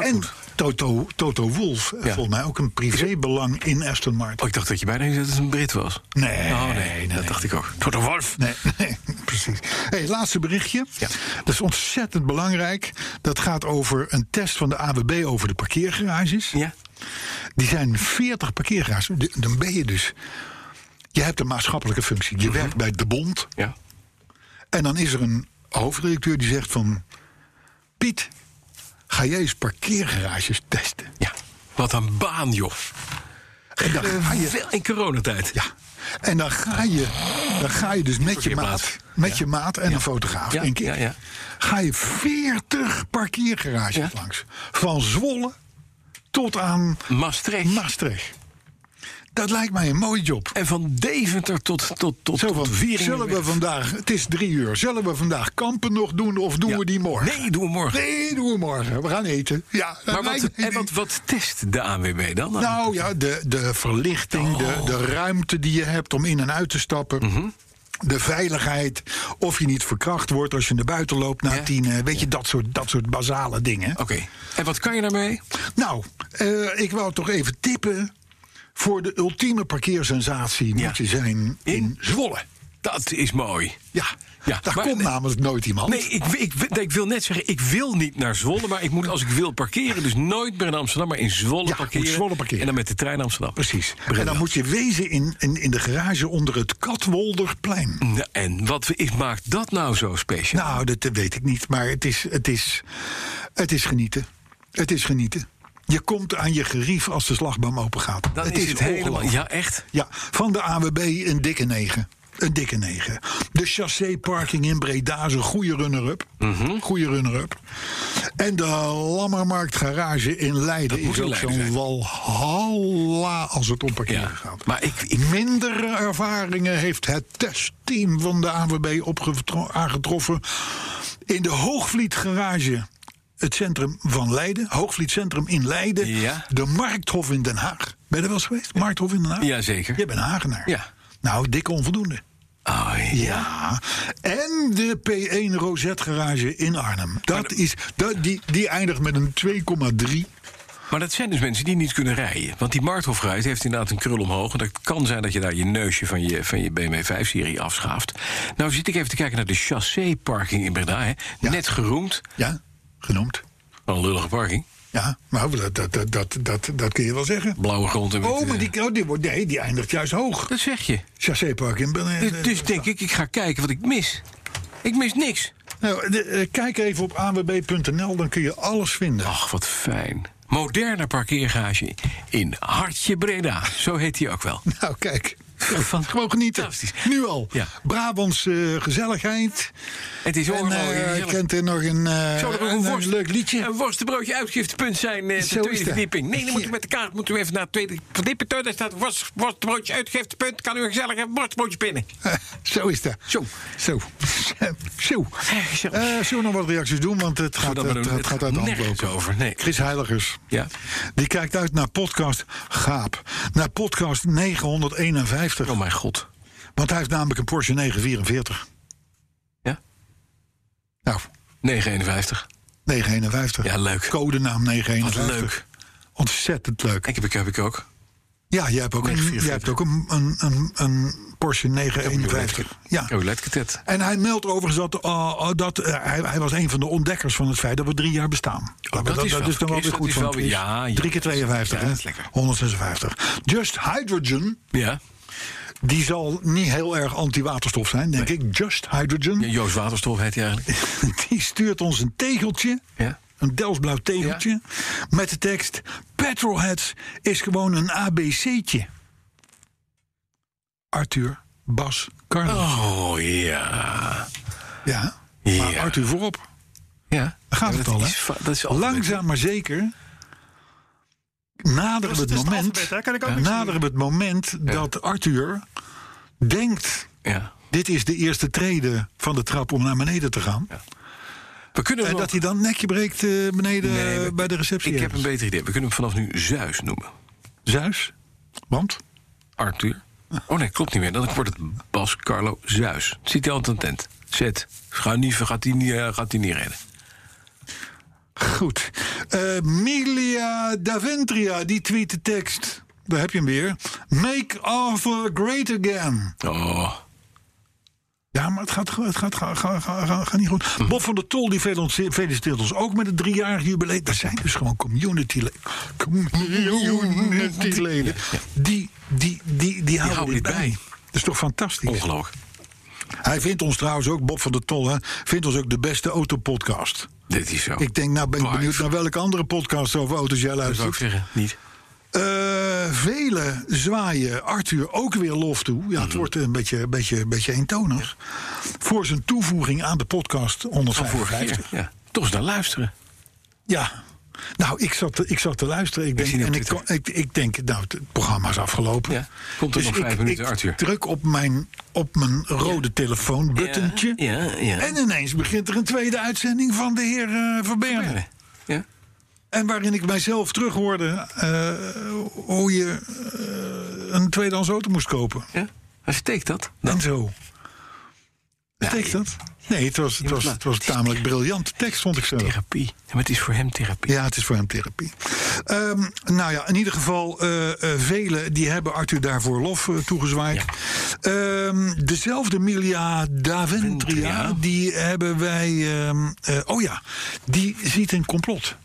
B: en Toto, Toto Wolf, eh,
C: Ja.
B: volgens mij ook een privébelang in Aston Martin.
C: Oh, ik dacht dat je bijna zei dat het een Brit was.
B: Nee,
C: Oh nee,
B: nee,
C: dat
B: nee.
C: dacht ik ook. Toto Wolf.
B: Nee, nee, precies. Hey, laatste berichtje.
C: Ja.
B: Dat is ontzettend belangrijk. Dat gaat over een test van de AWB over de parkeergarages.
C: Ja.
B: Die zijn 40 parkeergarages. De- Dan ben je dus. Je hebt een maatschappelijke functie.
C: Mhm.
B: Je werkt bij de Bond.
C: Ja.
B: En dan is er een hoofdredacteur die zegt van. Piet, Ga jij eens parkeergarages testen?
C: Ja, wat een baan, joh.
B: En dan ga Ah, je,
C: Veel in coronatijd.
B: ja, en dan ga je, dan ga je dus met je maat,
C: parkeerplaats.
B: met je maat en een fotograaf,
C: Ja,
B: denk ik.
C: ja, ja.
B: Ga je 40 parkeergarages
C: Ja.
B: langs. Van Zwolle tot aan
C: Maastricht.
B: Maastricht. Dat lijkt mij een mooie job.
C: en van Deventer tot, tot, tot,
B: Zo
C: tot
B: van,
C: Wieringen
B: zullen we
C: werd-
B: vandaag, het is drie uur, zullen we vandaag kampen nog doen of doen
C: Ja.
B: we die morgen?
C: Nee, doen we morgen.
B: Nee, doen we morgen. We gaan eten. Ja, dat
C: Maar wat,
B: lijkt me-
C: en wat, wat test de ANWB dan?
B: Nou ja, de, de verlichting, de,
C: Oh.
B: de ruimte die je hebt om in en uit te stappen.
C: Mhm.
B: De veiligheid, of je niet verkracht wordt als je naar buiten loopt na
C: Ja. Oh.
B: tien. eh, Weet je, dat soort, dat soort basale dingen.
C: Oké. En wat kan je daarmee?
B: Nou, eh, ik wou toch even tippen. Voor de ultieme parkeersensatie
C: Ja.
B: moet je zijn in
C: In?
B: Zwolle.
C: Dat is mooi.
B: Ja,
C: Ja,
B: daar
C: maar-
B: komt namelijk nooit iemand.
C: Nee ik, ik, nee, ik wil net zeggen, ik wil niet naar Zwolle, maar ik moet als ik wil parkeren, dus nooit meer in Amsterdam, maar in Zwolle,
B: Ja,
C: parkeren,
B: moet Zwolle parkeren.
C: En dan met de trein naar Amsterdam.
B: Precies. En dan
C: Briljant.
B: moet je wezen in, in, in de garage onder het Katwolderplein.
C: Nou, En wat is, maakt dat nou zo speciaal?
B: Nou, dat eh, weet ik niet, maar het is, het is, het is genieten. Het is genieten. Je komt aan je gerief als de slagboom open gaat.
C: dan is, het helemaal.
B: ongelooflijk.
C: Ja, echt?
B: Ja, van de AWB een dikke 9. Een dikke 9. De chassé-parking in Breda is een goede runner-up.
C: Mhm.
B: Goede runner-up. En de Lammermarktgarage in Leiden
C: moet
B: is
C: in
B: ook
C: Leiden
B: zo'n
C: zijn.
B: walhalla als het om parkeren
C: Ja.
B: gaat.
C: Maar ik, ik,
B: Mindere ervaringen heeft het testteam van de AWB aangetroffen. In de Hoogvlietgarage, het centrum van Leiden. Hoogvlietcentrum in Leiden.
C: Ja.
B: De Markthof in Den Haag. Ben je er wel eens geweest? Markthof in Den Haag?
C: Jazeker.
B: Je bent een Hagenaar.
C: Ja.
B: Nou, dikke onvoldoende.
C: oh, ja.
B: Ja. En de P1 Rosette Garage in Arnhem. Dat is, dat, die, die eindigt met een 2,3.
C: Maar dat zijn dus mensen die niet kunnen rijden. Want die Marthofruit heeft inderdaad een krul omhoog. En dat kan zijn dat je daar je neusje van je, van je BMW 5-serie afschaaft. Nou zit ik even te kijken naar de chassé-parking in Breda. Hè. Net geroemd.
B: Ja, genoemd.
C: Wat een lullige parking.
B: Ja, maar dat, dat, dat, dat, dat, dat kun je wel zeggen.
C: Blauwe grond en witte-
B: Oh, maar die, oh, die, wordt- nee, die eindigt juist hoog.
C: Dat zeg je.
B: Chassé-park in Berlijn. eh.
C: Dus, dus denk ik, ik ga kijken wat ik mis. Ik mis niks.
B: Nou, de- eh, kijk even op awb.nl, dan kun je alles vinden.
C: Ach, wat fijn. Moderne parkeergarage in Hartje Breda. Zo heet die ook wel.
B: Nou, kijk.
C: Van-
B: Gewoon genieten.
C: Fantastisch.
B: Nu al.
C: Ja.
B: Brabants eh, gezelligheid.
C: Het is
B: En
C: oorlog.
B: eh,
C: heerlijk.
B: kent er nog een, eh,
C: Zou er ook
B: een,
C: een,
B: een
C: worst,
B: leuk liedje?
C: Een worstenbroodje uitgiftepunt zijn eh, op
B: Zo
C: de
B: is
C: tweede
B: dat.
C: verdieping. Nee, dan moet u
B: Ja.
C: met de kaart moet u even naar de tweede verdieping. toe. Daar staat worst, worstenbroodje uitgiftepunt. Kan u een gezellig een worstenbroodje pinnen.
B: Zo is dat.
C: Oh. Zo.
B: Zo. Zo.
C: zo.
B: Eh, zullen we nog wat reacties doen? Want het gaat,
C: dat
B: het,
C: maar doen?
B: het
C: Het
B: gaat
C: gaat
B: uit de hand
C: nergens
B: lopen.
C: over, nee.
B: Chris Heiligers.
C: Ja.
B: Die kijkt uit naar podcast Gaap. Naar podcast 951.
C: Oh mijn god.
B: Want hij heeft namelijk een Porsche 944.
C: Ja?
B: Nou,
C: 951.
B: 951.
C: Ja, leuk.
B: Codenaam
C: Wat
B: 951.
C: leuk.
B: Ontzettend leuk.
C: Ik heb ik, heb ik ook.
B: Ja, jij hebt ook een,
C: 944.
B: jij hebt ook een, een, een, een Porsche 951. Ja.
C: Oh, Rouletteketet.
B: En hij meldt overigens dat, eh, eh, dat eh, hij, hij was een van de ontdekkers van het feit dat we drie jaar bestaan.
C: Oh,
B: Nou,
C: dat is wel
B: dan wel
C: Chris,
B: weer
C: dat
B: goed
C: is
B: van
C: wel weer-
B: Chris.
C: ja, ja.
B: Drie keer 52,
C: Ja,
B: hè?
C: dat is lekker.
B: 156. Just Hydrogen,
C: Ja.
B: die zal niet heel erg anti-waterstof zijn, denk ik. Just Hydrogen,
C: ja. Joost Waterstof heet hij eigenlijk.
B: die stuurt ons een tegeltje.
C: Ja.
B: Een Delfsblauw tegeltje. Met de tekst: Petrolheads is gewoon een ABC'tje. Arthur, Bas, Carlo.
C: Oh ja.
B: Ja.
C: Ja.
B: Maar Arthur voorop.
C: Ja.
B: Daar gaat
C: Ja,
B: het
C: dat
B: al, hè?
C: is va- dat is altijd-
B: Langzaam maar zeker naderen we het,
F: is het
B: moment,
F: alfabet, hè? Kan ik ook
B: Ja.
F: niks
B: naderen we het moment dat Arthur denkt...
C: Ja.
B: dit is de eerste trede van de trap om naar beneden te gaan.
C: We kunnen
B: En
C: hem
B: Eh, dat
C: ook-
B: hij dan nekje breekt eh, beneden
C: Nee,
B: eh,
C: we-
B: bij de receptie.
C: Ik heb een
B: ergens.
C: beter idee. We kunnen hem vanaf nu Zeus noemen.
B: Zeus, want...
C: Arthur. Oh nee, klopt niet meer. Dan wordt het Bas Carlo Zuis. Het Ziet hij altijd aan het tent. Zet. Ga niet, gaat hij niet, eh, gaat hij niet redden.
B: Goed. Eh, Milia Daventria, die tweet de tekst. Daar heb je hem weer. Make Arthur great again.
C: Oh.
B: Ja, maar het gaat, go- het gaat, ga, ga, ga, ga- gaat niet goed.
C: Mhm.
B: Bob van der Tol die fel- ons- feliciteert ons ook met het driejarig jubileum. Er zijn dus gewoon community, le- community leden. Die, die, die, die houden
C: houden
B: dit
C: dit bij. Oh.
B: bij. Dat is toch fantastisch?
C: Ongelooflijk.
B: Hij vindt ons trouwens ook, Bob van der Tol, hè, vindt ons ook de beste autopodcast.
C: Dit is zo.
B: Ik denk, nou ben ik
C: Live.
B: benieuwd naar welke andere podcast over auto's jij
C: Dat zou ik
B: luistert.
C: zeggen, niet.
B: Eh, vele zwaaien Arthur ook weer lof toe. Ja,
C: Mhm.
B: het wordt een beetje, een beetje, een beetje eentonig. Voor zijn toevoeging aan de podcast
C: Van vorige keer.
B: 155.
C: Ja. Toch eens naar luisteren.
B: Ja. Nou, ik zat, te- ik zat te luisteren. Ik denk,
C: zien op
B: en ik, kon-
C: Twitter.
B: ik, ik denk, nou, het programma is afgelopen. Dus
C: Ja. Komt er nog vijf
B: ik,
C: minuten,
B: ik
C: Arthur.
B: druk op mijn, op mijn rode telefoon buttentje.
C: Ja, ja, ja.
B: En ineens begint er een tweede uitzending van de heer eh Verbergen.
C: Ja.
B: En waarin ik mijzelf terughoorde eh hoe je eh, een tweedehands auto moest kopen.
C: ja. Hij steekt dat. Nou,
B: En zo. Steekt
C: je-
B: dat? Nee, het was, het was, het was tamelijk briljante tekst, vond ik zo.
C: Therapie. Ja, maar het is voor hem therapie.
B: Ja, het is voor hem therapie. Ehm, nou ja, in ieder geval, eh eh, velen die hebben Arthur daarvoor lof eh, toegezwaaid. Ehm, dezelfde Milia Daventria,
C: Daventria.
B: die hebben wij... ehm, eh, oh ja, die ziet een complot.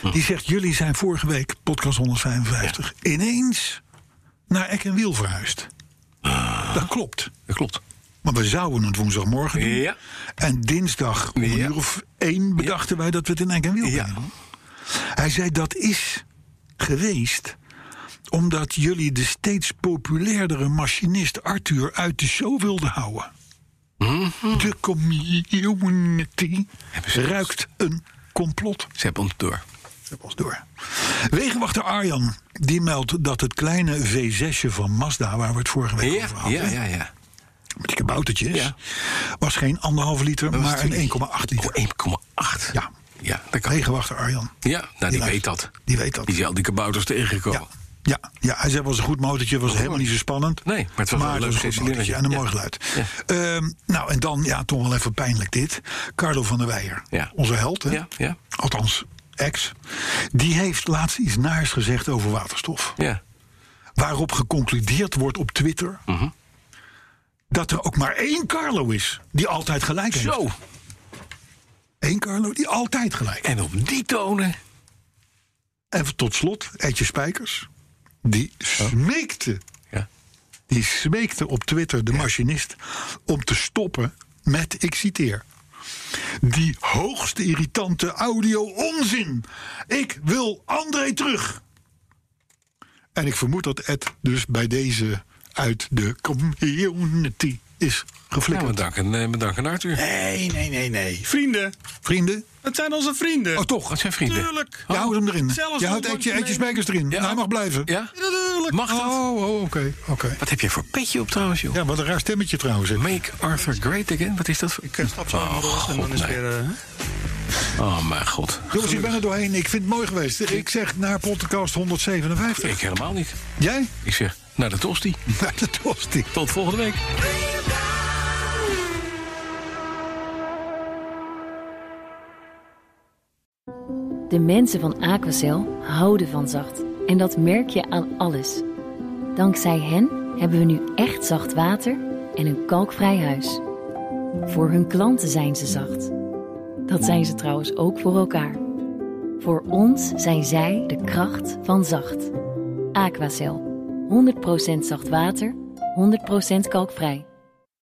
C: Hm.
B: Die zegt, jullie zijn vorige week, podcast 155, ineens naar Eck en Wiel verhuisd.
C: Ah.
B: Dat klopt.
C: Dat klopt.
B: Maar we zouden het woensdagmorgen doen.
C: Ja.
B: En dinsdag om een
C: Ja.
B: uur of één bedachten wij dat we het in Eck en Wiel
C: Ja.
B: gaan doen. Hij zei dat is geweest omdat jullie de steeds populairdere machinist Arthur uit de show wilden houden.
C: Mhm.
B: De community ruikt een complot.
C: Ze hebben ons door.
B: Dat was door. Wegenwachter Arjan die meldt dat het kleine V6 van Mazda, waar we het vorige week over
C: Ja,
B: hadden,
C: ja, ja. ja.
B: met die kaboutertjes,
C: Ja.
B: was geen anderhalf liter,
C: was
B: maar een 1,8
C: natuurlijk-
B: liter.
C: Oh, 1,8.
B: Ja.
C: Ja, dat kan.
B: Wegenwachter Arjan.
C: Ja, nou, die,
B: luistert.
C: weet dat.
B: Die weet dat.
C: Die is al die kabouters tegengekomen.
B: Ja. Ja, ja, hij zei was een goed motortje, was helemaal niet zo spannend.
C: Nee, maar het was wel een leuk
B: goed motortje
C: zescilindertje.
B: en een
C: Ja.
B: mooi geluid. Ehm, nou, en dan, ja, toch wel even pijnlijk dit. Carlo van der Weijer,
C: Ja.
B: onze held, hè?
C: Ja, ja.
B: althans ex, die heeft laatst iets naars gezegd over waterstof.
C: Ja.
B: Waarop geconcludeerd wordt op Twitter
C: Mhm.
B: dat er ook maar één Carlo is die altijd gelijk heeft.
C: Zo.
B: Eén Carlo die altijd gelijk heeft.
C: En op die tonen.
B: En tot slot, Edje Spijkers, die smeekte
C: Ja.
B: die smeekte op Twitter de machinist om te stoppen met, ik citeer, die hoogst irritante audio-onzin. Ik wil André terug. En ik vermoed dat Ed dus bij deze uit de community is
C: Nou,
B: geflikkerd.
C: bedankt, en, eh, bedankt aan Arthur.
E: Nee, nee, nee, nee. Vrienden.
B: Vrienden,
E: Dat zijn onze vrienden.
B: oh toch,
C: Wat zijn vrienden?
E: Tuurlijk.
B: je houdt hem erin.
E: Zelfs
B: Je houdt
E: al
B: Edje,
E: wordt
B: Edje
E: mee-
B: Spijkers erin.
C: Ja.
B: Nou, hij mag blijven.
C: Ja?
E: Natuurlijk.
C: Mag dat?
B: Oh, oh, oké. oké.
C: Wat heb jij voor petje op trouwens, joh?
B: Ja, wat een raar stemmetje trouwens. hè.
C: Make Arthur great again? Wat is dat voor... Ik
E: eh, Stap zo
C: oh,
E: naar de rust en
C: god,
E: dan is
C: nee.
E: weer... eh,
C: Oh, mijn god.
B: Jongens, ik ben er doorheen. Ik vind het mooi geweest. Ik zeg naar podcast 157.
C: Ik helemaal niet.
B: Jij?
C: Ik zeg, naar de tosti.
B: Naar de tosti.
C: Tot volgende week.
F: De mensen van Aquacel houden van zacht. En dat merk je aan alles. Dankzij hen hebben we nu echt zacht water en een kalkvrij huis. Voor hun klanten zijn ze zacht. Dat zijn ze trouwens ook voor elkaar. Voor ons zijn zij de kracht van zacht. Aquacel. 100% zacht water, 100% kalkvrij.